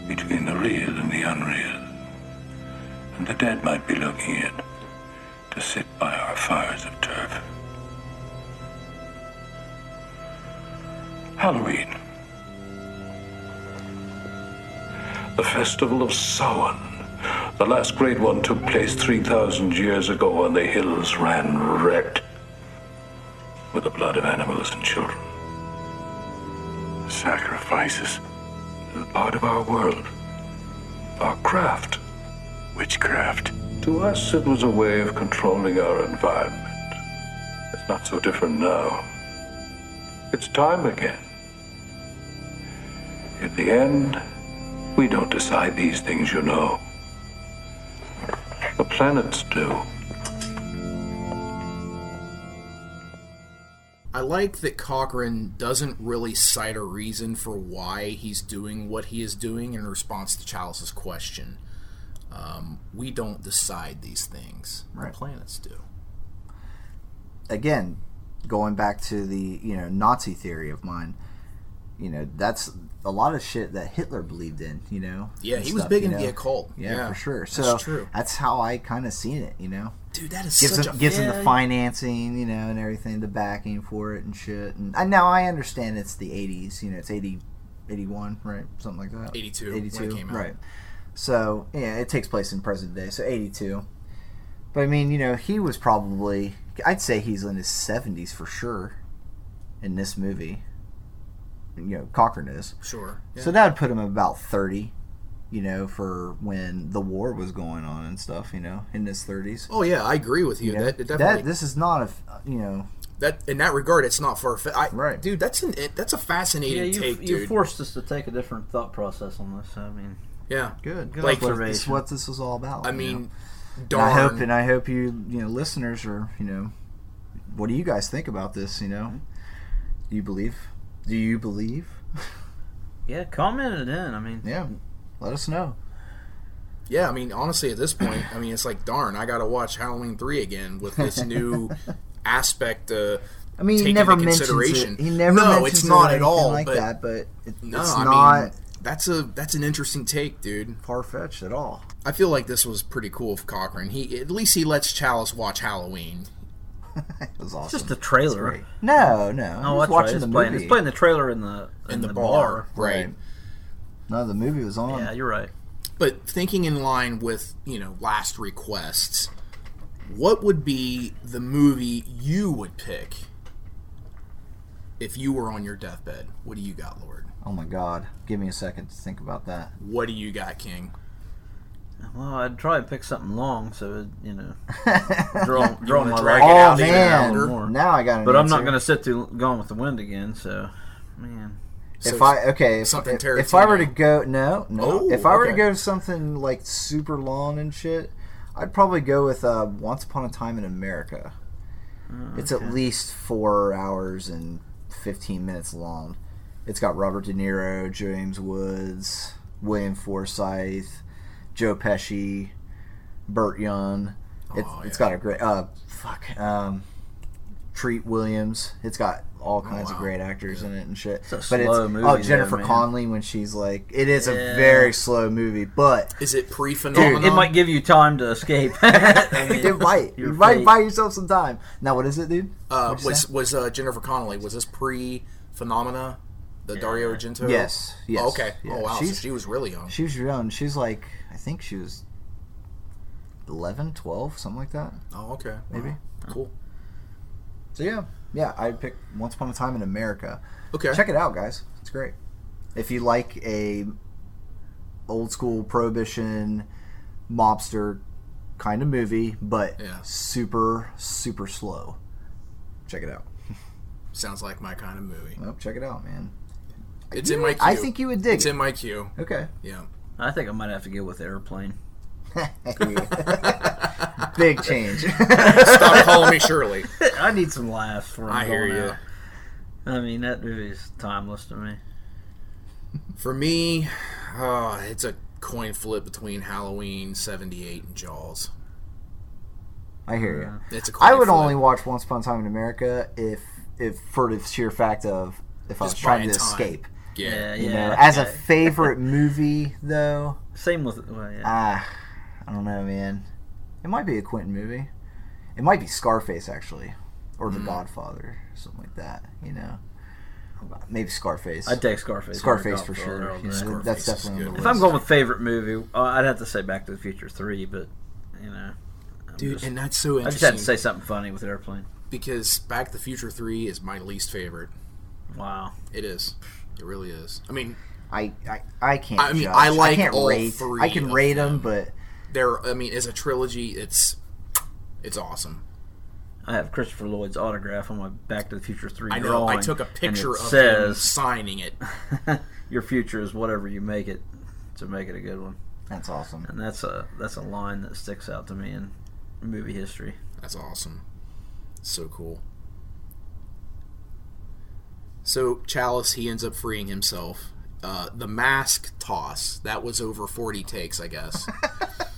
between the real and the unreal. And the dead might be looking in to sit by our fires of turf. Halloween. The festival of Samhain. The last great one took place 3,000 years ago and the hills ran red with the blood of animals and children. Sacrifices a part of our world, our craft. Witchcraft. To us, it was a way of controlling our environment. It's not so different now. It's time again. In the end, we don't decide these things, you know. The planets do.
I like that Cochran doesn't really cite a reason for why he's doing what he is doing in response to Chalice's question. Um, we don't decide these things;
Right.
the planets do.
Again, going back to the you know Nazi theory of mine, you know that's a lot of shit that Hitler believed in. You know.
Yeah,
and
he was
stuff,
big
you
into
know?
the occult.
Yeah, for sure. So
that's true.
how I kind of seen it. You know.
Dude, that is
gives
such
him,
a
gives him the
Yeah,
financing, you know, and everything, the backing for it and shit. And I, now I understand it's the 80s, you know, it's 80, 81, right? Something like that.
82 when it came out.
right. So, yeah, it takes place in present day, so 82. But I mean, you know, he was probably, I'd say he's in his 70s for sure in this movie. You know, Cochran is.
Sure. Yeah.
So that would put him about 30, you know, for when the war was going on and stuff, you know, in his 30s.
Oh yeah, I agree with you.
You know,
that it definitely
that this is not a f- uh, you know
that in that regard, it's not far fetched.
Right.
dude. That's an it, that's a fascinating
Yeah, you,
take,
you
dude.
forced us to take a different thought process on this. so, I mean,
yeah,
good
Good
Like-
That's what, this,
observation.
what this is all about.
I
you know?
mean,
And
darn.
I hope and I hope you you know listeners are you know what do you guys think about this? You know, do you believe? Do you believe?
yeah, comment it in. I mean,
Yeah, let us know.
yeah, I mean, honestly, at this point, I mean, it's like darn. I got to watch Halloween three again with this new aspect. Uh,
I mean, he
taken
never
into
mentions
consideration.
it. He never
no,
mentions
it's
it or
not at
anything
all.
like
but
that. But it,
no,
it's
I
not
mean, That's a that's an interesting take, dude.
Far fetched at all.
I feel like this was pretty cool of Cochran. He at least he lets Chalice watch Halloween.
it was awesome.
Just a trailer.
No, no. I
Oh,
was
that's
watching
right.
the
it's, playing,
movie.
it's playing the trailer in the in,
the bar, right.
No, the movie was on.
Yeah, you're right.
But thinking in line with, you know, last requests, what would be the movie you would pick if you were on your deathbed? What do you got, Lord?
Oh my god. Give me a second to think about that.
What do you got, King?
Well, I'd try and pick something long, so it, you know, draw draw
wanna
my
drag
leg
it
out
out
Oh
even
even
man.
a little more.
Now I got an
But I'm not
answer.
going to sit through Gone with the Wind again. So, man,
So
if I okay, if,
something
if, if I were to
Tarantino.
go no, no.
Oh,
if I were
okay.
to go to something like super long and shit, I'd probably go with uh, Once Upon a Time in America. It's at least four hours and fifteen minutes long. It's got Robert De Niro, James Woods, William Forsythe, Joe Pesci, Burt Young. It's,
Oh,
it's
yeah.
got a great uh fuck um, Treat Williams. It's got all kinds of
Oh, wow.
great actors in it and shit
It's a
but
slow
it's
movie,
oh
though,
Jennifer
man.
Connelly when she's like it is
Yeah.
a very slow movie, but
Is it pre
Dude,
phenomenon?
it might give you time to escape.
it might you
Your
might
fate.
buy yourself some time. Now what is it, dude?
uh,
What'd you
was
say?
was uh, Jennifer Connelly, was this pre phenomena? The Dario Argento?
yes, yes.
Oh, okay.
yeah.
Oh wow, so
she's,
she was really young.
she was young. She's like I think she was 11, 12, something like that.
Oh, okay. Wow.
Maybe.
Cool.
So yeah, yeah. I'd pick Once Upon a Time in America.
Okay.
Check it out, guys. It's great. If you like a old school prohibition mobster kind of movie, but
Yeah.
super super slow. Check it out.
Sounds like my kind of movie.
Nope, check it out, man.
It's in my queue.
I think you would dig
it's
it.
in my queue.
okay.
Yeah.
I think I might have to go with Airplane.
Big change.
Stop calling me Shirley.
I need some laughs for
I hear you.
I mean, that movie's timeless to me.
For me, uh, it's a coin flip between Halloween '78 and Jaws.
I hear you.
It's a coin
I would
flip.
only watch Once Upon a Time in America if if for the sheer fact of if I was
Just
trying
buying
to
time.
escape.
Yeah,
Yeah.
You
yeah.
know, as a
okay.
favorite movie though,
same with well,
Uh,
yeah.
ah, I don't know, man. It might be a Quentin movie. It might be Scarface actually, or The
Mm.
Godfather, something like that. You know, maybe Scarface.
I'd take Scarface.
Scarface
over
for
Godfather
sure.
all
You know,
day.
Scarface
that's
is
definitely on
good.
the
If I'm
list.
going with favorite movie, uh, I'd have to say Back to the Future Three, but you know, I'm
Dude,
just-
and that's so
I just had
interesting
to say something funny with Airplane.
because Back to the Future Three is my least favorite.
Wow.
It is. It really is. I mean,
I, I, I can't.
I mean,
judge.
I like
can't
all
rate.
three
I can
of
rate them, but
there. I mean, as a trilogy, it's it's awesome.
I have Christopher Lloyd's autograph on my Back to the Future Three.
I know.
drawing,
I took a
and it
picture of him
says
signing it.
your future is whatever you make it to make it a good one,
that's awesome.
and that's a that's a line that sticks out to me in movie history.
That's awesome. So cool. So Chalice, he ends up freeing himself. Uh, the mask toss that was over forty takes, I guess.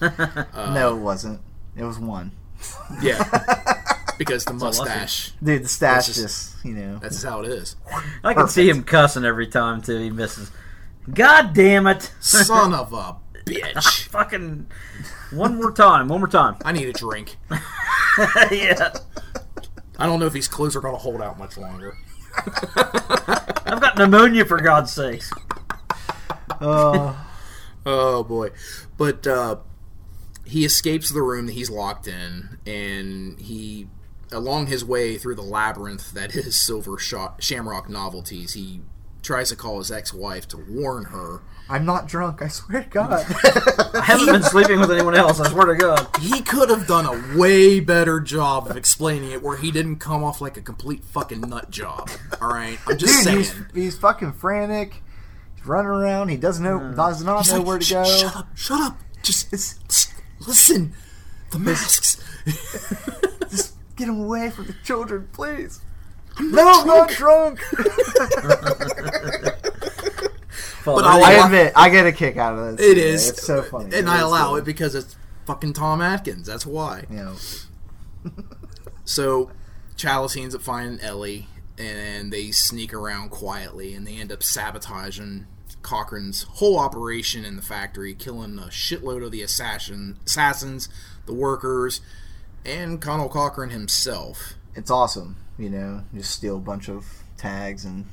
Uh,
no, it wasn't. It was one.
yeah, because the
lucky.
mustache.
Dude, the
That's
stash just,
just-
you know.
That's just how it is.
I can see him cussing every time too. He misses. God damn it!
Son of a bitch!
Fucking one more time, one more time.
I need a drink.
yeah,
I don't know if these clothes are gonna hold out much longer.
I've got pneumonia for God's sakes.
Oh,
Oh boy, but uh, he escapes the room that he's locked in, and he, along his way through the labyrinth that is Silver Sha- Shamrock Novelties, he tries to call his ex-wife to warn her.
I'm not drunk. I swear to God.
I haven't been sleeping with anyone else. I swear to God.
He could have done a way better job of explaining it, where he didn't come off like a complete fucking nut job. All right, I'm
Dude,
just
he's,
saying.
he's fucking frantic. He's running around. He doesn't know. Does not
Uh, He's
know
like,
where to
"Shh,
go.
Shut up! Shut up! Just,
It's-
just listen. The masks.
Just get him away from the children, please. no, I'm not drunk.
But I
I
like-
admit, I get a kick out of this.
It
Yeah,
is.
It's so funny.
And I
is
allow
good.
it because it's fucking Tom Atkins. That's why.
You know,
So Chalice ends up finding Ellie, and they sneak around quietly, and they end up sabotaging Cochrane's whole operation in the factory, killing a shitload of the assassin, assassins, the workers, and Connell Cochran himself.
It's awesome, you know. Just steal a bunch of tags and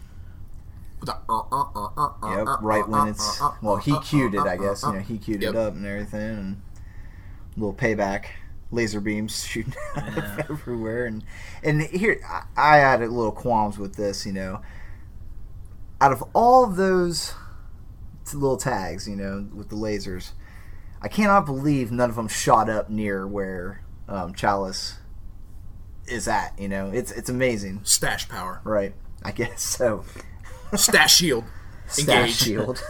uh,
yep, right when it's well, he cued it, I guess. You know, he cued
Yep.
it up and everything, and little payback, laser beams shooting out of everywhere, and and here I- I had a little qualms with this, you know. Out of all of those t- little tags, you know, with the lasers, I cannot believe none of them shot up near where um, Chalice is at. You know, it's it's amazing,
Stash power.
right? I guess so.
Stash shield.
Stash
Engage.
shield.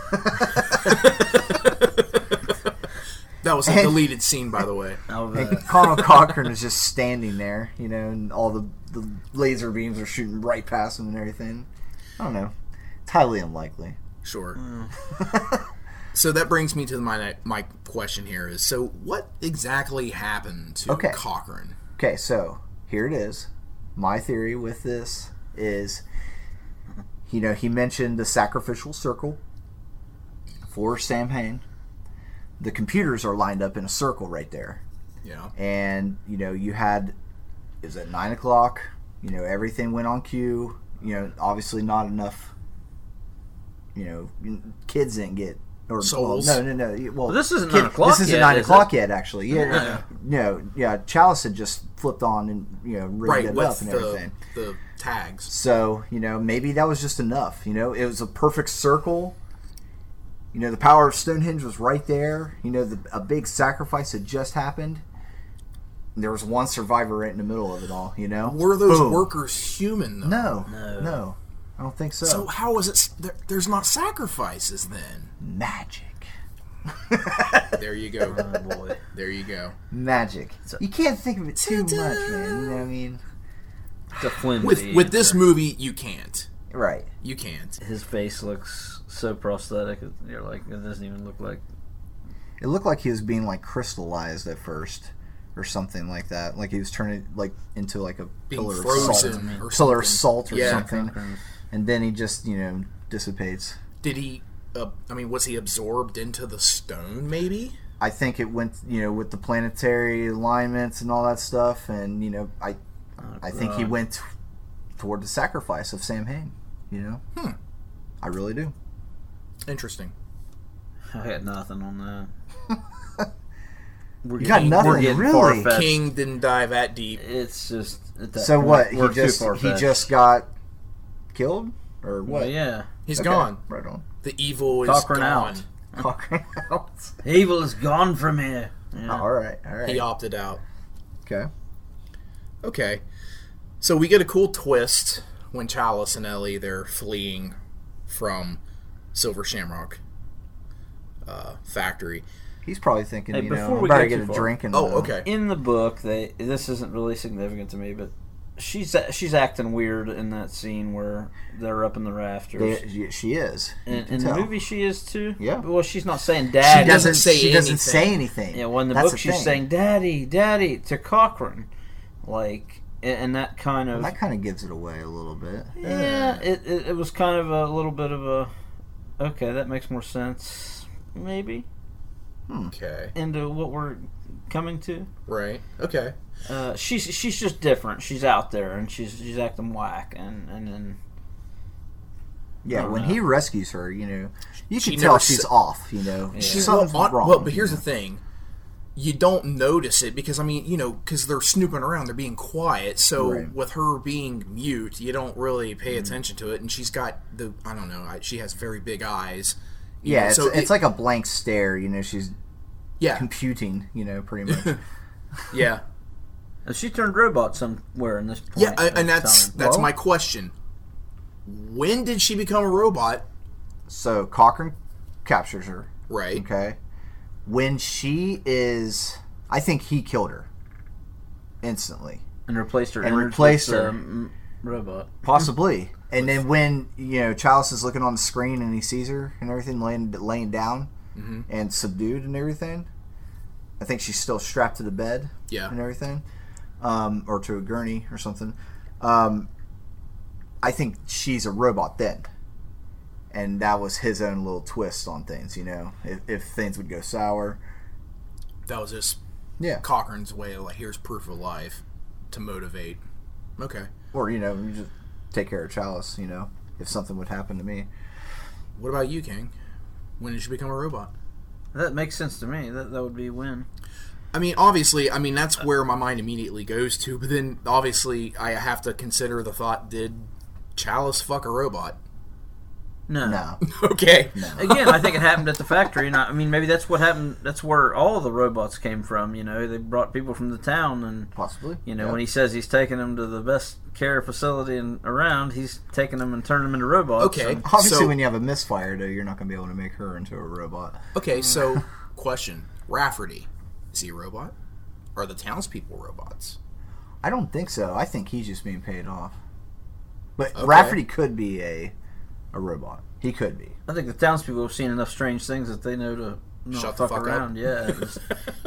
That was a
And-
deleted scene, by the way.
And Connell Cochran is just standing there, you know, and all the, the laser beams are shooting right past him and everything. I don't know. It's highly unlikely.
Sure. so that brings me to my my question here is so what exactly happened to
Okay.
Cochran?
Okay, so here it is. My theory with this is, you know, he mentioned the sacrificial circle for Sam Hain. The computers are lined up in a circle right there.
Yeah.
and you know you had it was at nine o'clock you know everything went on cue you know obviously not enough you know kids didn't get or
Souls.
Well, no no no well
But this isn't 9 o'clock
this isn't
yet,
nine
is
o'clock yet actually yeah no yeah Chalice had just flipped on and you know rigged
Right
it up
with
and
the,
everything
the tags.
so you know maybe that was just enough you know it was a perfect circle you know the power of Stonehenge was right there you know the, a big sacrifice had just happened there was one survivor right in the middle of it all you know
Were those
Boom.
workers human though?
no no no I don't think so,
So how was it s- there, there's not sacrifices then?
magic
There you go.
Oh,
There you go.
magic you can't think of it too much man you know what I mean
It's a flimsy
With with this
answer.
movie you can't.
right
You can't.
his face looks so prosthetic. You're like, it doesn't even look like.
it looked like he was being like crystallized at first or something like that like he was turning like into like a
Being
pillar of salt
frozen or
pillar
something.
of salt or
Yeah.
something and then he just you know dissipates
Did he uh, I mean was he absorbed into the stone maybe?
i think it went you know with the planetary alignments and all that stuff and you know i
oh,
i think he went t- toward the sacrifice of sam hain you know
Hmm.
i really do
Interesting.
I had nothing on that. We're
you got
getting-
nothing
we're getting
really
far-fetched.
King didn't dive that deep.
It's just. At that
so
point,
what he
we're too
just he
far-fetched.
just got killed or what
Well, yeah.
He's
Okay,
gone.
right on
The evil is
Cochran
gone.
out.
Cochran out.
Evil is gone from here. Yeah.
all right all right
He opted out.
okay
Okay. So we get a cool twist when Chalice and Ellie they're fleeing from Silver Shamrock uh, factory.
he's probably thinking
Hey,
you
before
know i'm
we
about to
get
get
too
a
far-
drink and
Oh,
uh,
okay.
in the book they this isn't really significant to me but she's she's acting weird in that scene where they're up in the rafters
They- she- she is. You
in,
can
in the
tell.
movie she is too
Yeah.
well she's not saying daddy
she doesn't
say
say she doesn't
anything.
say anything.
yeah well in the
That's
book she's
thing.
saying daddy daddy to Cochrane like and, and that kind of
that kind of gives it away a little bit.
yeah it, it, it was kind of a little bit of a okay that makes more sense maybe
Okay.
into what we're coming to
Right. Okay.
Uh, she's she's just different. She's out there and she's she's acting whack and and then
Yeah, when
Uh-huh.
he rescues her, you know, you
She
can tell
never
she's
sa-
off. You know,
She
something's
well, on-
wrong.
well, but here's
you
the thing. You don't notice it because I mean, you know, because they're snooping around, they're being quiet. So
Right. Mm-hmm.
with her being mute, you don't really pay attention to it. And she's got the I don't know, I, she has very big eyes. you
know.
know,
yeah, it's,
so it-
it's like a blank stare. You know, she's
yeah,
computing. You know, pretty much.
yeah.
and she turned robot somewhere in this point.
Yeah,
at
a- and that's
time.
that's
Well-
my question. When did she become a robot?
so Cochran captures her.
Right.
Okay, when she is, I think he killed her instantly.
and replaced her
And
innards
replaced
with,
her.
um, robot.
Possibly. And then when you know Chalice is looking on the screen and he sees her and everything laying laying down and subdued and everything, I think she's still strapped to the bed.
Yeah.
And everything, um, or to a gurney or something. Um, I think she's a robot then. and that was his own little twist on things. You know, if, if things would go sour,
That was just
yeah,
Cochran's way of like, here's proof of life to motivate. Okay.
or you know, you just take care of Chalice. You know, if something would happen to me,
What about you, King? When did you become a robot?
That makes sense to me. That that would be when.
I mean, obviously, I mean that's where my mind immediately goes to. But then, obviously, I have to consider the thought: Did Chalice fuck a robot?
No.
no,
Okay.
Again, I think it happened at the factory, and I, I mean maybe that's what happened. That's where all the robots came from. You know, they brought people from the town, and
possibly.
you know
yeah.
when he says he's taking them to the best care facility and around, he's taking them and turning them into robots.
Okay.
and-
Obviously,
so-
when you have a misfire, though, you're not going to be able to make her into a robot.
Okay. So, question: Rafferty, is he a robot? Are the townspeople robots?
I don't think so. I think he's just being paid off. But
Okay.
Rafferty could be a a robot. He could be.
I think the townspeople have seen enough strange things that they know to not
Shut the
fuck
fuck up.
around. Yeah, just-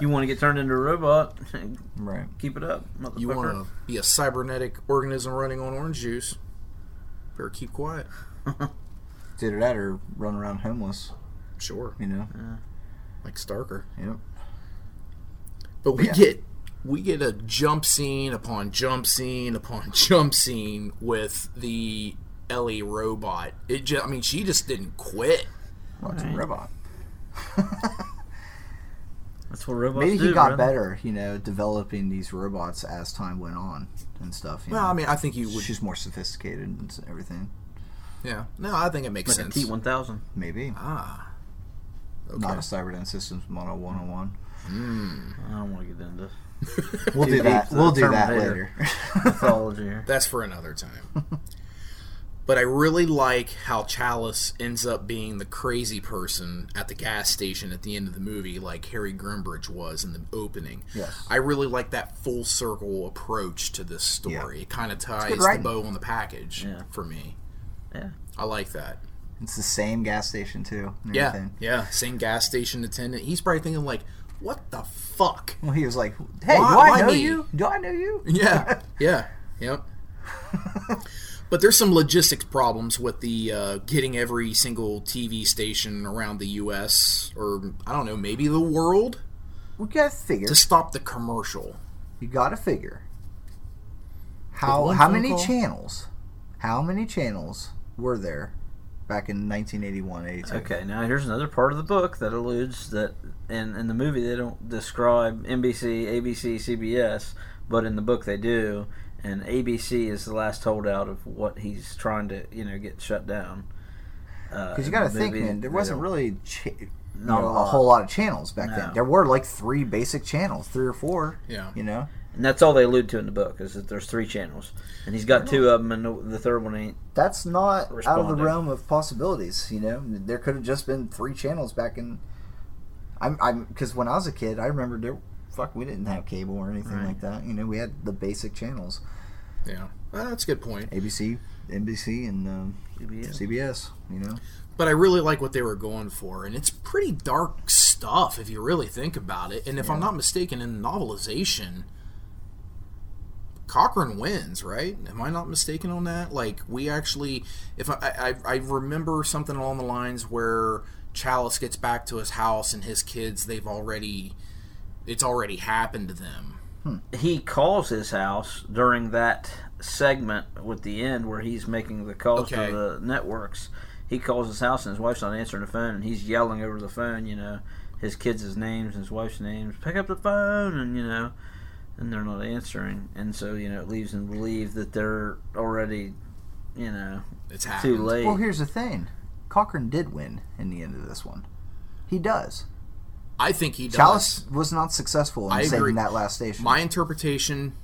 you want to get turned into a robot?
Right.
Keep it up, motherfucker.
You want to be a cybernetic organism running on orange juice? Better keep quiet.
It's either that or run around homeless,
Sure.
you know?
Like Starker.
Yep.
But we
Yeah.
get we get a jump scene upon jump scene upon jump scene with the Ellie robot. It just, I mean, she just didn't quit.
Well, it's a robot.
That's what robots
Maybe
do.
he
brother.
got better, you know, developing these robots as time went on and stuff. You
Well,
know?
I mean, I think you would.
she's more sophisticated and s- everything.
Yeah. No, I think it makes
Like a
sense.
T one thousand.
Maybe.
Ah. Okay.
Not a Cyberdyne Systems Model 101.
I don't want to get into
We'll do
Dude,
that.
the
We'll do that
Terminator.
later.
mythology here.
That's for another time. but I really like how Chalice ends up being the crazy person at the gas station at the end of the movie, like Harry Grimbridge was in the opening.
Yes.
I really like that full circle approach to this story. It kind of ties the
writing.
bow on the package
Yeah.
for me.
Yeah.
I like that.
it's the same gas station too. and
Yeah.
everything.
Yeah. Same gas station attendant. He's probably thinking, like, what the fuck?
Well, he was like, "Hey,
Why-
do I
why
know
me?"
you? Do I know you?"
Yeah, yeah, yep. but there's some logistics problems with the uh, getting every single TV station around the U.S. or I don't know, maybe the world
We gotta figure.
to stop the commercial.
You gotta figure. How
one
how
phone
many
call?
channels? How many channels were there back in 1981, 82?
Okay, now here's another part of the book that alludes that in, in the movie they don't describe NBC, ABC, CBS, but in the book they do, and ABC is the last holdout of what he's trying to, you know, get shut down. uh,
Because you gotta
the
think,
movie,
man, there
they
wasn't
don't-
really cha-
Not
you know,
a
a,
lot.
whole lot of channels back
No.
then. There were like three basic channels, three or four.
Yeah.
You know,
And that's all they allude to in the book is that there's three channels, and he's got two of them, and the, the third one ain't.
that's not out of the
Responding.
realm of possibilities. You know, there could have just been three channels back in. I'm I'm because when I was a kid, I remember there. Fuck, we didn't have cable or anything like that. You know, we had the basic channels.
Yeah, well, that's a good point.
ABC, NBC, and um,
CBS.
CBS. You know,
But I really like what they were going for, and it's pretty dark stuff if you really think about it. And if I'm not mistaken, in the novelization. Cochran wins, right? Am I not mistaken on that? Like we actually, if I, I I remember something along the lines where Chalice gets back to his house and his kids, they've already, it's already happened to them.
He calls his house during that segment with the end where he's making the calls
Okay.
to the networks. He calls his house and his wife's not answering the phone, and he's yelling over the phone, you know, his kids' names and his wife's names, pick up the phone, and you know, and they're not answering, and so you know it leaves him to believe that they're already, you know,
It's happened.
too late.
Well, here's the thing: Cochran did win in the end of this one. He does.
I think he does.
Chalice was not successful in
I
saving
agree.
that last station.
My interpretation,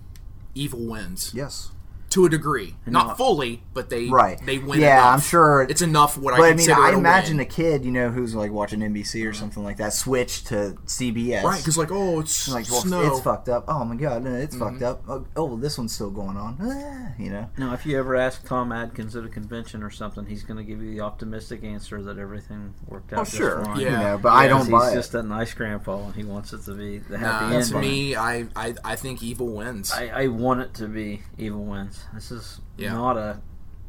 evil wins
yes,
to a degree, not
not-
fully, but they
Right.
They win.
Yeah,
enough.
I'm sure-
it's enough. What
but
I
I mean,
consider
I
it a
imagine
win.
a kid, you know, who's like watching NBC or something like that, switch to CBS.
right because like oh it's
like, well,
snow. Mm-hmm.
it's fucked up. Oh my god, no, it's fucked up. Oh, oh, well, this one's still going on. Ah, you know,
Now, if you ever ask Tom Adkins at a convention or something, he's going to give you the optimistic answer that everything worked out.
Oh,
just
sure.
fine.
You
Yeah.
know, but I
Because
don't buy
He's
it.
just a nice grandpa, and he wants it to be the happy
Nah,
end.
to me, I, I I think evil wins.
I, I want it to be evil wins. This is
Yeah.
not a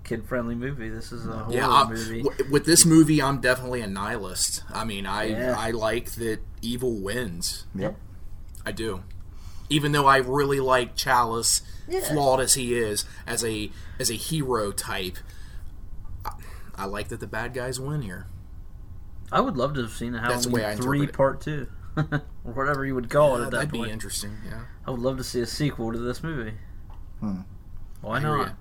kid-friendly movie. This is a horror
yeah, I-
movie.
w- with this movie, I'm definitely a nihilist. I mean, I
Yeah.
I like that evil wins.
Yep.
I do. Even though I really like Chalice, flawed as he is, as a as a hero type, I, I like that the bad guys win here.
I would love to have seen a
That's the way
Halloween
I
three
interpret it.
part two, or whatever you would
Oh,
call it at that
That'd
point.
be interesting. Yeah.
I would love to see a sequel to this movie.
Hmm.
Why
I hear
not?
ya.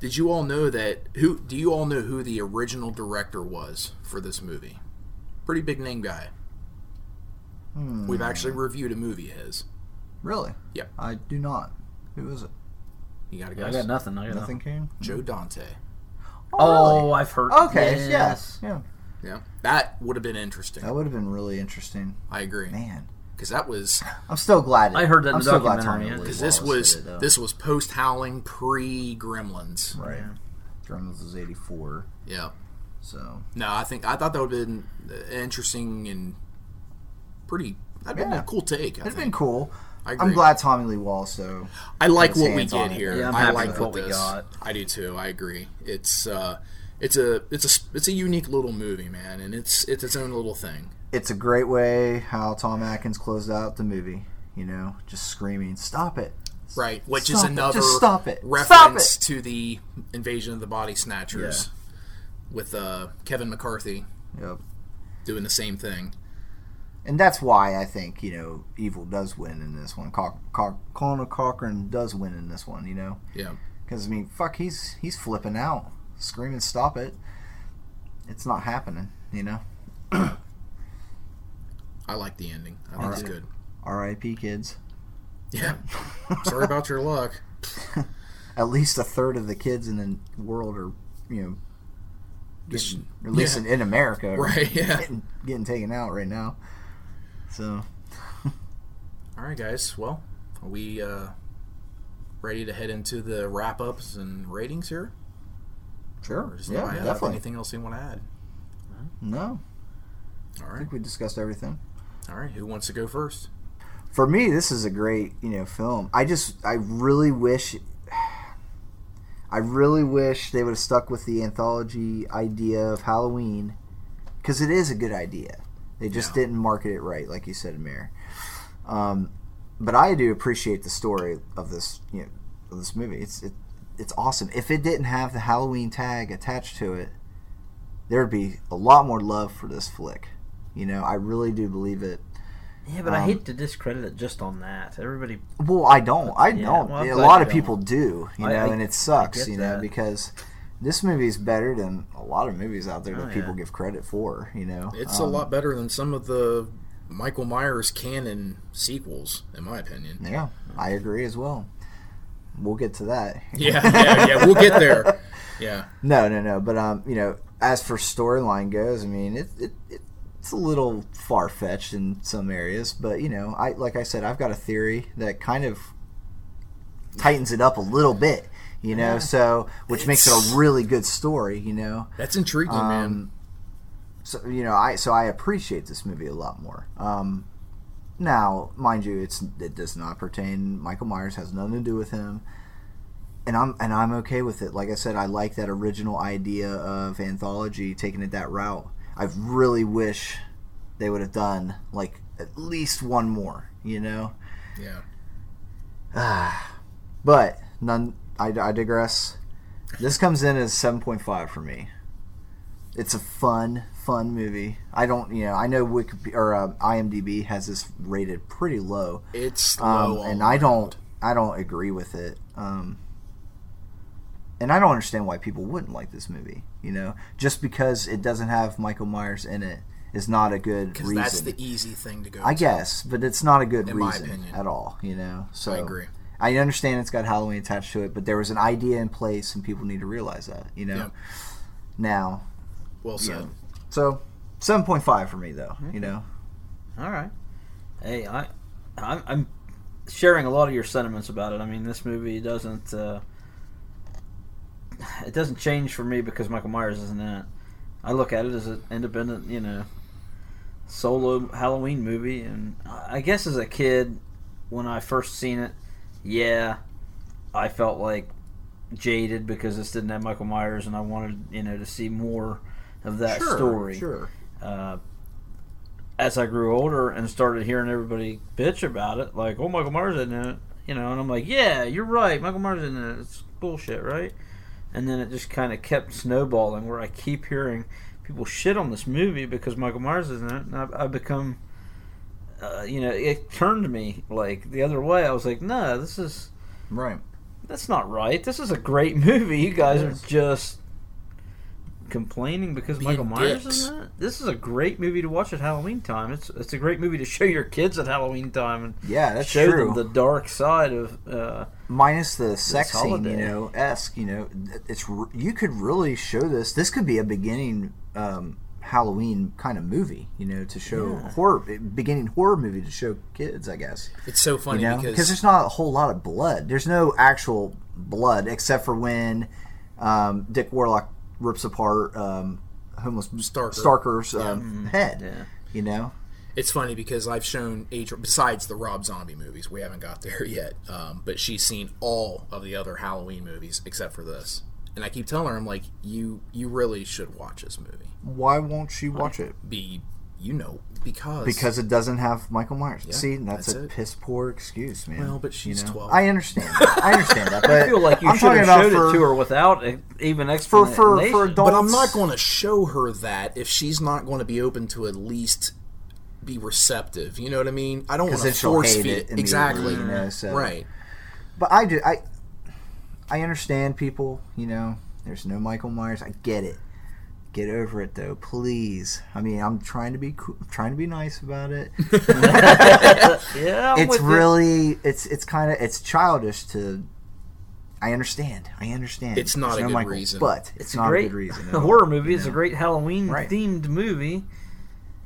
Did you all know that? Who do you all know who the original director was for this movie? Pretty big name guy.
Hmm.
We've actually reviewed a movie of his.
Really?
Yep.
I do not. Who is it?
You gotta
I
guess.
got nothing. I got
Nothing
nothing.
came.
Joe Dante.
Oh, I've heard.
Okay.
Yes.
Yes. Yeah.
Yeah, that would have been interesting.
That would have been really interesting.
I agree
Man,
because that was
I'm still glad. It,
I heard that in
I'm
the
still glad
documentary,
Tommy
yeah.
Lee
'cause this
Wallace
was
did it, though.
this was post Howling pre Gremlins.
right. Gremlins was '84,
Yeah.
so
No, I think I thought that would have been uh, interesting and pretty. That'd been
Yeah.
a cool take. I
it's
think.
been cool.
I agree.
I'm glad Tommy Lee Wallace. though.
I like
his
what we
hands on
get
it.
here.
Yeah, I'm
I
happy
like
with what we
this-
got.
I do too. I agree. It's uh, it's a it's a s- it's a unique little movie, man, and it's it's its own little thing.
it's a great way how Tom Atkins closed out the movie. You know, just screaming, "Stop it!"
Right, which is
Stop it.
another
Just stop it.
reference
Stop
to the invasion of the body snatchers with uh, Kevin McCarthy
Yep.
doing the same thing.
And that's why I think you know evil does win in this one. Cock Cock Colonel Cochran does win in this one. You know,
Yeah,
because I mean, fuck, he's he's flipping out, screaming, "Stop it!" It's not happening. You know,
I like the ending. I think it's good.
R.I.P. kids.
Yeah. Sorry about your luck.
At least a third of the kids in the world are you know,
Just-
getting, or at least
yeah.
in, in America, are
Right. Yeah.
Getting, getting taken out right now. So
All right, guys. Well, are we uh, ready to head into the wrap ups and ratings here?
sure,
Or does
yeah,
anybody have
definitely.
Anything else you want to add?
No,
All
I
right.
think we discussed everything.
All right. Who wants to go first?
For me, this is a great you know film. I just I really wish, I really wish they would have stuck with the anthology idea of Halloween, because it is a good idea. They just
Yeah.
didn't market it right, like you said, Mayor. Um, but I do appreciate the story of this you know of this movie. It's it, it's awesome. If it didn't have the Halloween tag attached to it, there'd be a lot more love for this flick. You know, I really do believe it.
Yeah, but I
Um,
hate to discredit it just on that. Everybody,
Well, I don't. I
Yeah,
don't.
well, I'm
a
glad
lot
you
of people
don't.
do, you
I-
know,
I-
and
I
it sucks,
get
you know,
that.
because this movie is better than a lot of movies out there that
Oh,
people
yeah.
give credit for, you know.
It's a
Um,
lot better than some of the Michael Myers canon sequels, in my opinion.
Yeah, I agree as well. We'll get to that.
Yeah. Yeah. Yeah. We'll get there. Yeah.
No, no, no. But um, you know, as for storyline goes, I mean, it, it, it it's a little far fetched in some areas, but you know, I like I said, I've got a theory that kind of tightens it up a little bit, you know. So, which makes it
It's-
a really good story, you know.
That's intriguing, man.
Um, so you know, I so I appreciate this movie a lot more. Um, now, mind you, it's it does not pertain. Michael Myers has nothing to do with him, and I'm and I'm okay with it. Like I said, I like that original idea of anthology taking it that route. I really wish they would have done like at least one more, you know.
Yeah.
But none. I, I digress. This comes in as seven point five for me. It's a fun, fun movie. I don't, you know, I know Wikipedia or uh, IMDb has this rated pretty low,
It's
um,
low
and
on-
I don't, I don't agree with it. Um, and I don't understand why people wouldn't like this movie. You know, just because it doesn't have Michael Myers in it is not a good
Because
reason.
that's the easy thing to go.
I
to.
guess, but it's not a good
In my
reason
opinion.
at all. You know, so
I agree.
I understand it's got Halloween attached to it, but there was an idea in place, and people need to realize that. You know,
Yep.
now,
Well
you
said.
know. so seven point five for me though.
Mm-hmm.
You know,
all right. Hey, I, I'm, I'm sharing a lot of your sentiments about it. I mean, this movie doesn't, uh, it doesn't change for me because Michael Myers isn't in it. I look at it as an independent, you know, solo Halloween movie, and I I guess as a kid, when I first seen it, yeah, I felt like jaded because this didn't have Michael Myers, and I wanted you know to see more of that
Sure,
story.
sure.
Uh, as I grew older and started hearing everybody bitch about it, like, "Oh, Michael Myers in it," you know, and I'm like, "Yeah, you're right. Michael Myers in it. It's bullshit, right?" And then it just kind of kept snowballing, where I keep hearing people shit on this movie because Michael Myers is in it, and I've, I've become, uh, you know, it turned me like the other way. I was like, "No, this is."
Right.
That's not right. This is a great movie. You guys
It
are
is.
just complaining because
Being
Michael Myers
dicks.
is in it. This is a great movie to watch at Halloween time. It's it's a great movie to show your kids at Halloween time and
Yeah, that's
show
true.
them the dark side of. Uh,
Minus the sex scene,
holiday.
you know, esque, you know, th- it's r- you could really show this. This could be a beginning um, Halloween kind of movie, you know, to show
Yeah.
horror beginning horror movie to show kids, I guess.
It's so funny
you know?
because
there's not a whole lot of blood. There's no actual blood except for when um, Dick Warlock rips apart um, homeless
Starker.
Starker's
Yeah.
um,
Mhm.
head.
Yeah.
You know,
It's funny because I've shown Adrian, besides the Rob Zombie movies, we haven't got there yet, um, but she's seen all of the other Halloween movies except for this. And I keep telling her, I'm like, you you really should watch this movie.
why won't she watch it?
Be, you know, because.
Because it doesn't have Michael Myers.
Yeah,
See, that's,
that's
a
it.
piss poor excuse, man.
Well, but she's 12.
I understand. that. I understand that. But
I feel like you
I'm
should
talking
have
about
showed
for
it to her without e- even
for
explanation.
for for adults.
But I'm not going to show her that if she's not going to be open to at least be receptive. You know what I mean? I don't want
Because
to
then she'll
force
hate
feed
it immediately,
exactly.
you know, so-
Right.
But I do. I I understand people. You know, there's no Michael Myers. I get it. Get over it though, please. I mean, I'm trying to be cool, trying to be nice about it.
yeah, I'm
it's
with you.
really it's it's kind of it's childish to. I understand. I understand.
It's not
There's
a
no
good
Michael,
reason.
but it's, not
great
a good reason. at all,
horror movie.
you
It's a
know?
great Halloween
Right.
themed movie.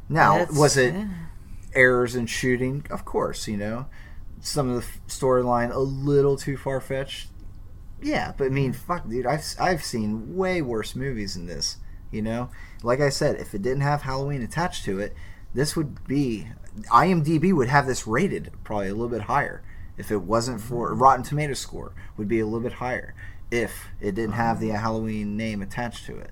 Now,
That's-
was it
yeah.
errors in shooting? Of course, you know, some of the f- storyline a little too far fetched. Yeah, but I mean, fuck, dude, I've I've seen way worse movies than this. You know, like I said, if it didn't have Halloween attached to it, this would be IMDb would have this rated probably a little bit higher. If it wasn't for Rotten Tomato score, would be a little bit higher. If it didn't have the Halloween name attached to it,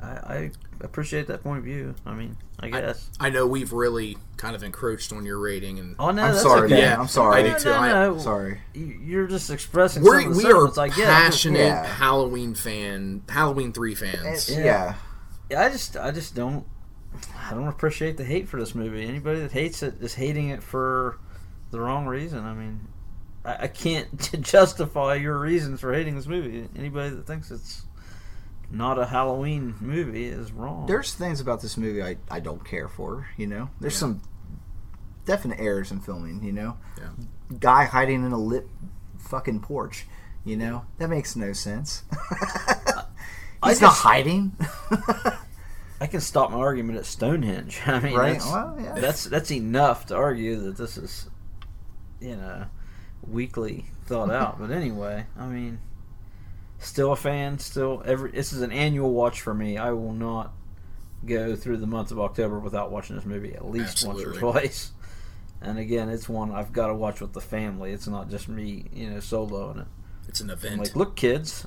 I, I appreciate that point of view. I mean, I guess.
I know we've really kind of encroached on your rating, and
oh no,
I'm
that's
sorry,
okay.
man. I'm
I
sorry.
do too.
No, no,
I-
no.
Sorry.
You- You're just expressing.
We're,
some of the
we are
sentiments I get.
passionate
Yeah.
Halloween fan, Halloween three fans.
yeah.
I just, I just don't, I don't appreciate the hate for this movie. Anybody that hates it is hating it for the wrong reason. I mean, I, I can't justify your reasons for hating this movie. Anybody that thinks it's not a Halloween movie is wrong.
there's things about this movie I, I don't care for, you know. There's some definite errors in filming, you know. Guy hiding in a lit fucking porch, you know. That makes no sense. He's not
just-
hiding,
I can stop my argument at Stonehenge. I mean,
right?
that's,
Well, yeah.
that's that's enough to argue that this is, you know, weakly thought out. But anyway, I mean, still a fan. Still every. This is an annual watch for me. I will not go through the month of October without watching this movie at least once
Absolutely.
or twice. And again, it's one I've got to watch with the family. It's not just me, you know, soloing it.
It's an
I'm
event.
like, look, kids,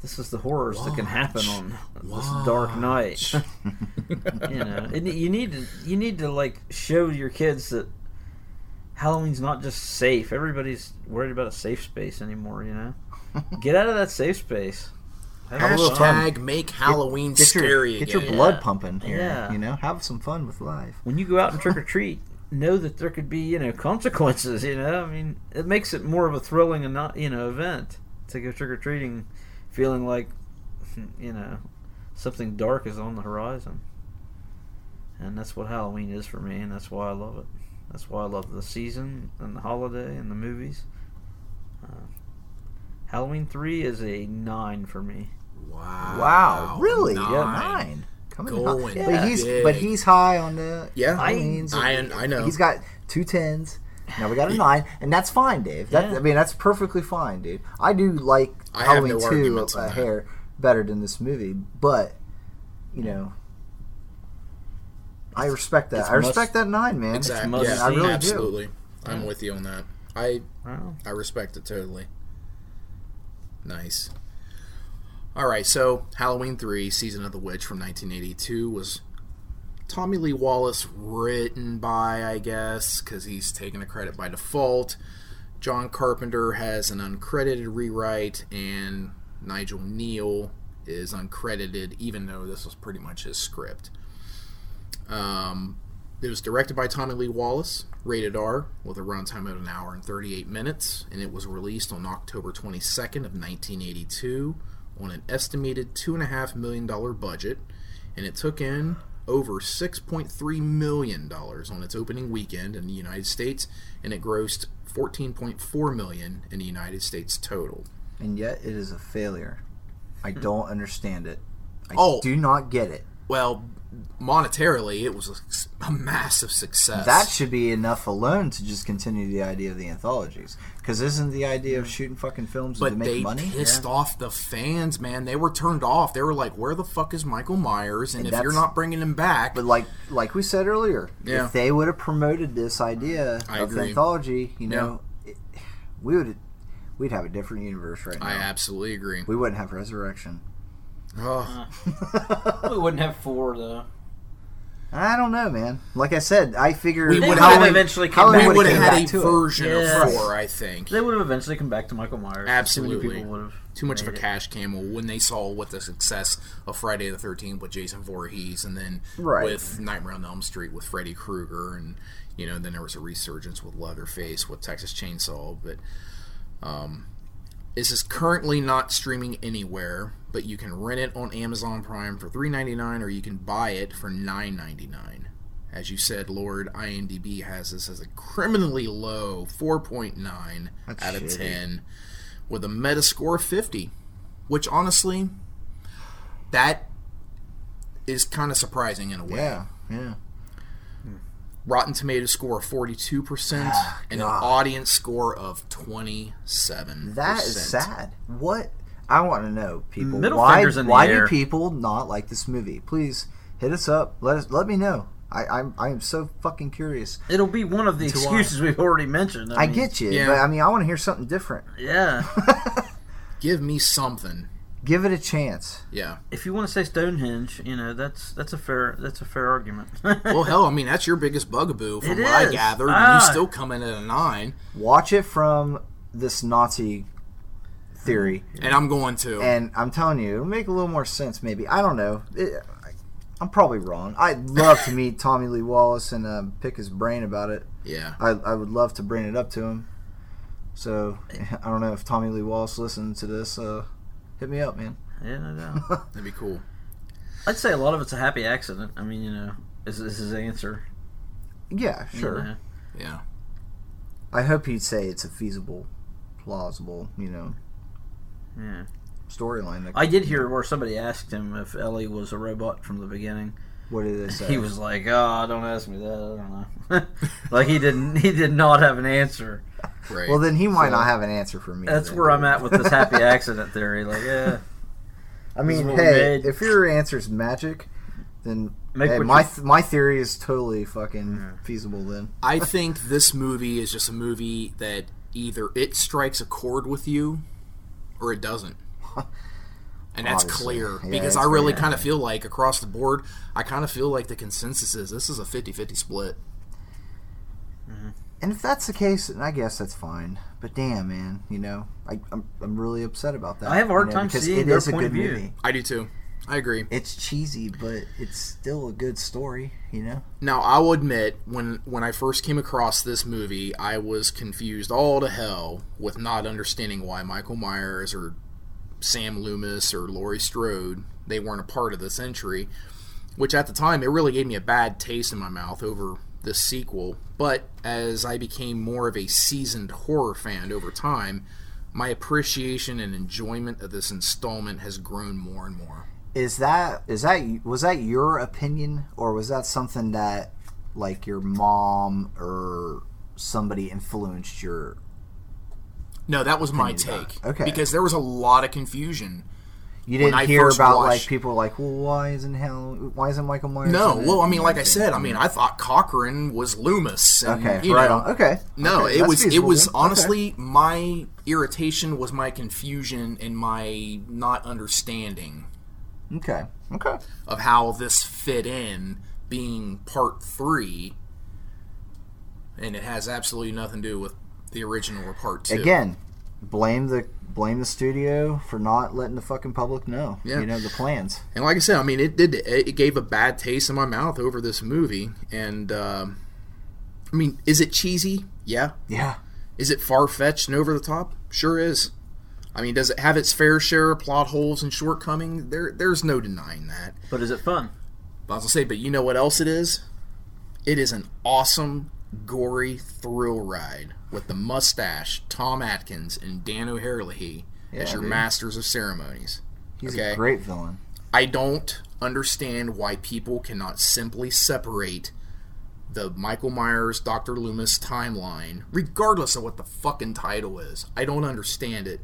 this is the horrors that can happen on this dark night. you know, and you need to you need to like show your kids that Halloween's not just safe. Everybody's worried about a safe space anymore. You know, get out of that safe space. Have a little fun.
Hashtag make Halloween
Get your,
scary
get
again.
your blood pumping here,
Yeah.
you know. Have some fun with life.
When you go out and trick or treat, know that there could be you know consequences. You know, I mean, it makes it more of a thrilling and not you know event to go trick or treating, feeling like you know something dark is on the horizon. And that's what Halloween is for me, and that's why I love it. That's why I love the season and the holiday and the movies. Uh, Halloween three is a nine for me.
Wow.
Wow, really?
Nine.
Yeah, nine. Coming in
Going
hot. but he's
big.
but he's high on the
Yeah.
Halloweens.
I, I know.
He's got two tens. Now we got a nine, and that's fine, Dave. That,
Yeah.
I mean, that's perfectly fine, dude. I do like
I have
Halloween
no
two
arguments on
a
that.
hair better than this movie, but you know, I respect that.
it's
I
must-
respect that nine, man.
exactly.
must
Yeah,
see. I really do.
absolutely. I'm with you on that. I
Wow.
I respect it totally.
Nice. All right, so Halloween 3, Season of the Witch from 1982 was Tommy Lee Wallace written by, I guess, because he's taking the credit by default. John Carpenter has an uncredited rewrite, and Nigel Neal is uncredited, even though this was pretty much his script. Um, it was directed by Tommy Lee Wallace, rated R, with a runtime of an hour and 38 minutes, and it was released on October 22nd of 1982 on an estimated two and a half million dollar budget, and it took in over 6.3 million dollars on its opening weekend in the United States, and it grossed 14.4 million in the United States total.
And yet it is a failure. I
Hmm.
don't understand it. I
Oh.
do not get it.
Well, monetarily, it was a, s- a massive success.
That should be enough alone to just continue the idea of the anthologies. Because isn't the idea of shooting fucking films
but
to make
they
money?
pissed off the fans, man. They were turned off. They were like, "Where the fuck is Michael Myers?" And,
And
if you're
that's-
not bringing him back,
But like, like we said earlier,
Yeah.
if they would have promoted this idea
I
of the
agree.
anthology, you know, it, we would we'd have a different universe right now.
I absolutely agree.
we wouldn't have resurrection.
Uh,
Oh,
we wouldn't have four though.
I don't know, man. Like I said, I figure
We would
Halloween-
have eventually came
Halloween
back.
we
would've
would have
came
had
back
a
to it.
version of
Yes.
four, I think.
They would have eventually come back to Michael Myers.
Absolutely.
Too many people would have.
Too much of a
made it.
cash camel when they saw what the success of Friday the Thirteenth with Jason Voorhees, and then
Right.
with Nightmare on Elm Street with Freddy Krueger, and you know, then there was a resurgence with Leatherface with Texas Chainsaw. But um, this is currently not streaming anywhere, but you can rent it on Amazon Prime for $3.99, or you can buy it for $9.99. As you said, Lord, IMDb has this as a criminally low 4.9
That's
out of
shitty.
10 with a Metascore of 50, which honestly, that is kind of surprising in a way.
Yeah, yeah.
Rotten Tomato score of 42% and an
Ah, God.
audience score of 27%.
That is sad. What I want to know, people,
Middle
why
fingers in the
why
air.
do people not like this movie? Please hit us up. Let us let me know. I I'm I am so fucking curious.
It'll be one of the
To
excuses we've already mentioned.
I,
mean,
get you,
yeah.
but I mean, I want to hear something different.
Yeah.
Give me something.
Give it a chance.
Yeah.
if you want to say Stonehenge, you know that's that's a fair that's a fair argument.
Well, hell, I mean, that's your biggest bugaboo from
It
what I
is.
gathered.
Ah.
and You still come in at a nine,
Watch it from this Nazi theory,
Mm-hmm.
and I'm going to.
and I'm telling you, it'll make a little more sense. Maybe I don't know. It, I, I'm probably wrong. I'd love to meet Tommy Lee Wallace and uh, pick his brain about it.
yeah.
I, I would love to bring it up to him. So I don't know if Tommy Lee Wallace listened to this. Uh, hit me up, man.
yeah, no doubt.
That'd be cool.
I'd say a lot of it's a happy accident. I mean, you know, is is his answer.
Yeah,
you
sure.
know.
Yeah.
I hope he'd say it's a feasible, plausible, you know,
Yeah.
storyline. that-
I did hear where somebody asked him if Ellie was a robot from the beginning.
What did they say?
He was like, "Oh, don't ask me that. I don't know." like he didn't. He did not have an answer.
Right.
Well, then he might
So-
not have an answer for me.
That's
then,
where I'm
dude.
at with this happy accident theory. Like, yeah,
I
This is
mean,
what we
hey,
made.
if your answer's magic, then
Make
hey,
what
my
you-
th- my theory is totally fucking feasible. Then
I think this movie is just a movie that either it strikes a chord with you or it doesn't. And that's
Obviously.
clear
Yeah,
because
it's
I really
clear.
kind of feel like across the board, I kind of feel like the consensus is this is a 50 50 split.
And if that's the case, then I guess that's fine. But damn, man, you know, I, I'm, I'm really upset about that.
I have a hard
you know,
time
because
seeing
it
their
is a
point of
good
view.
movie.
I do too. I agree.
It's cheesy, but it's still a good story, you know.
Now I'll admit when when I first came across this movie, I was confused all to hell with not understanding why Michael Myers or Sam Loomis or Laurie Strode they weren't a part of this entry, which at the time it really gave me a bad taste in my mouth over this sequel. But as I became more of a seasoned horror fan over time, my appreciation and enjoyment of this installment has grown more and more.
Is that is that was that your opinion or was that something that like your mom or somebody influenced your
No, that was my
Opinion about
take.
it. Okay.
Because there was a lot of confusion
You
when
didn't
I
hear
first
about
watched-
like people like, well, why isn't Halloween? Why isn't Michael Myers?
No,
in it?"
well, I mean, like I said, I mean, I thought Cochrane was Loomis. and,
Okay,
you
right
know,
on. Okay.
No,
Okay,
it
that's
was it
feasible
was
then. Okay.
honestly my irritation was my confusion and my not understanding
Okay. Okay.
of how this fit in being part three, and it has absolutely nothing to do with the original or part two.
Again, blame the blame the studio for not letting the fucking public know.
Yeah.
You know the plans.
And like I said, I mean, it did. It gave a bad taste in my mouth over this movie. And um, I mean, is it cheesy? Yeah.
Yeah.
Is it far fetched and over the top? Sure is. I mean, does it have its fair share of plot holes and shortcomings? There, there's no denying that.
But is it fun?
I was gonna say, but you know what else it is? It is an awesome, gory thrill ride with the mustache, Tom Atkins, and Dan O'Herlihy as
Yeah,
your
dude.
masters of ceremonies.
He's
Okay.
a great villain.
I don't understand why people cannot simply separate the Michael Myers, Dr. Loomis timeline, regardless of what the fucking title is. I don't understand it.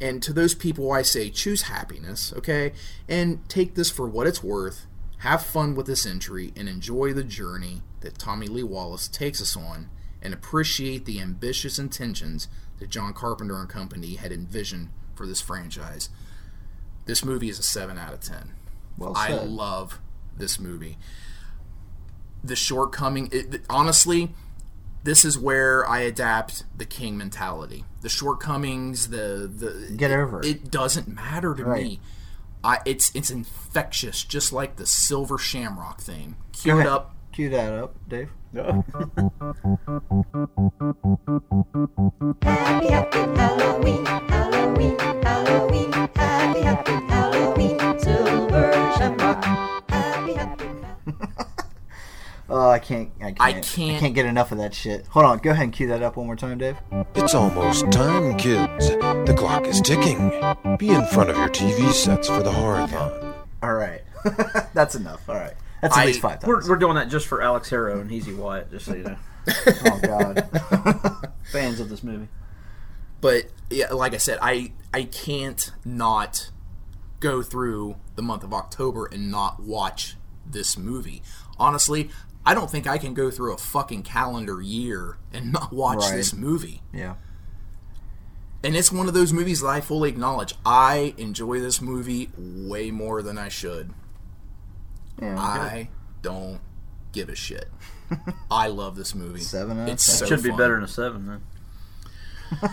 And to those people, I say choose happiness, okay? And take this for what it's worth. Have fun with this entry and enjoy the journey that Tommy Lee Wallace takes us on and appreciate the ambitious intentions that John Carpenter and company had envisioned for this franchise. This movie is a 7 out of 10.
Well
I
said.
love this movie. The shortcoming, it, honestly, this is where I adapt the king mentality. The shortcomings, the the
Get over it.
It doesn't matter to
Right.
me. I it's it's infectious, just like the silver shamrock thing.
Go
Cue it
ahead.
up.
Cue that up, Dave.
Happy, happy Halloween, Halloween, Halloween. Happy, happy Halloween, Silver Shamrock. Happy, happy
Oh, I can't. I can't.
I
I
can't-
can't get enough of that shit. Hold on. Go ahead and cue that up one more time, Dave.
It's almost time, kids. The clock is ticking. Be in front of your TV sets for the horror
All right. That's enough. All right. That's at
I-
least five
We're,
times.
we're doing that just for Alex Harrow and Easy Wyatt, just so you know.
Oh God.
Fans of this movie.
But yeah, like I said, I I can't not go through the month of October and not watch this movie. Honestly, I don't think I can go through a fucking calendar year and not watch
Right.
this movie.
yeah.
And it's one of those movies that I fully acknowledge. I enjoy this movie way more than I should.
Yeah.
I don't give a shit. I love this movie.
Seven out of
It's
ten.
so
Should be
fun.
better than a seven then.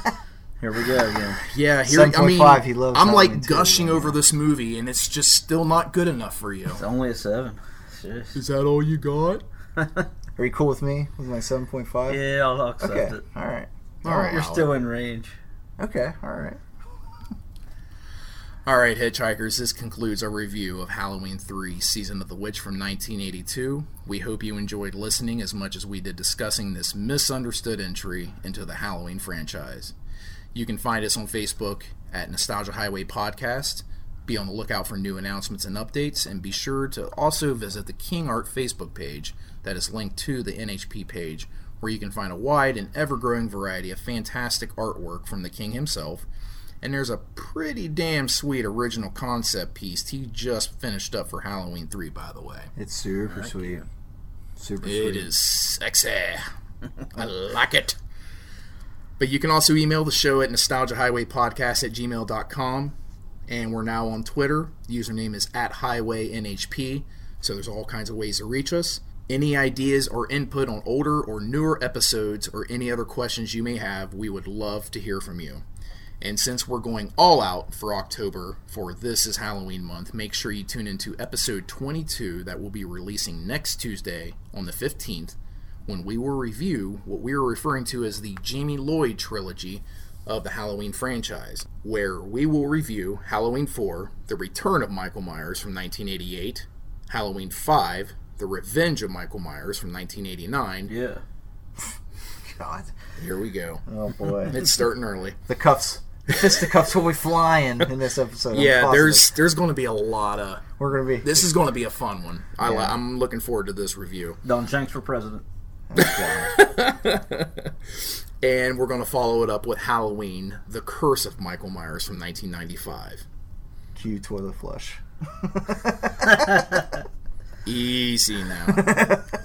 Here we go again.
Yeah, here I mean,
7.5, he loves
I'm
Halloween
like
too,
gushing
yeah.
over this movie, and it's just still not good enough for you.
It's only a seven. Seriously.
Is that all you got?
Are you cool with me with my seven point five?
Yeah, I'll I'll accept
Okay.
it.
All right.
All right,
You're still in range.
Okay. All right.
All right, hitchhikers, this concludes our review of Halloween 3 Season of the Witch from 1982. We hope you enjoyed listening as much as we did discussing this misunderstood entry into the Halloween franchise. You can find us on Facebook at Nostalgia Highway Podcast. Be on the lookout for new announcements and updates, and be sure to also visit the King Art Facebook page that is linked to the NHP page, where you can find a wide and ever growing variety of fantastic artwork from the King himself and there's a pretty damn sweet original concept piece he just finished up for Halloween 3, by the way.
It's super sweet. Super
It
sweet.
is sexy. I like it. But you can also email the show at nostalgiahighwaypodcast at gmail.com. And we're now on Twitter. Username is at highwaynhp. So there's all kinds of ways to reach us. Any ideas or input on older or newer episodes or any other questions you may have, we would love to hear from you. And since we're going all out for October for This is Halloween month, make sure you tune into episode 22 that will be releasing next Tuesday on the 15th when we will review what we are referring to as the Jamie Lloyd trilogy of the Halloween franchise, where we will review Halloween 4, The Return of Michael Myers from 1988, Halloween 5, The Revenge of Michael Myers from 1989.
Yeah.
God.
Here we go.
Oh boy.
It's starting early.
the cuffs. The fisticuffs will be flying in this episode. I'm
Yeah,
positive.
there's there's going to be a lot of
We're gonna be.
This is going to be a fun one. I li-
Yeah.
I'm looking forward to this review.
Don Shanks for president.
And we're going to follow it up with Halloween, The Curse of Michael Myers from 1995.
Cue toilet flush.
Easy now.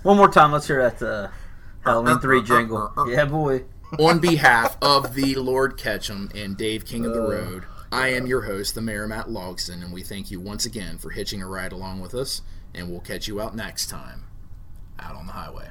One more time. Let's hear that uh, Halloween three jingle. Yeah, boy.
On behalf of the Lord Ketchum and Dave King of the Road, I am your host, the Mayor Matt Logston, and we thank you once again for hitching a ride along with us, and we'll catch you out next time. Out on the highway.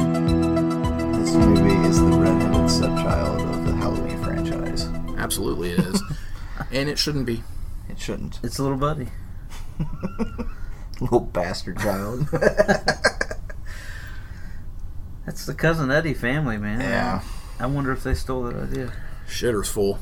This movie is the redheaded stepchild of the Halloween franchise.
Absolutely it is. and it shouldn't be.
It shouldn't.
It's a little buddy.
Little bastard child.
That's the cousin Eddie family, man.
Yeah.
I wonder if they stole that idea.
Shitter's full.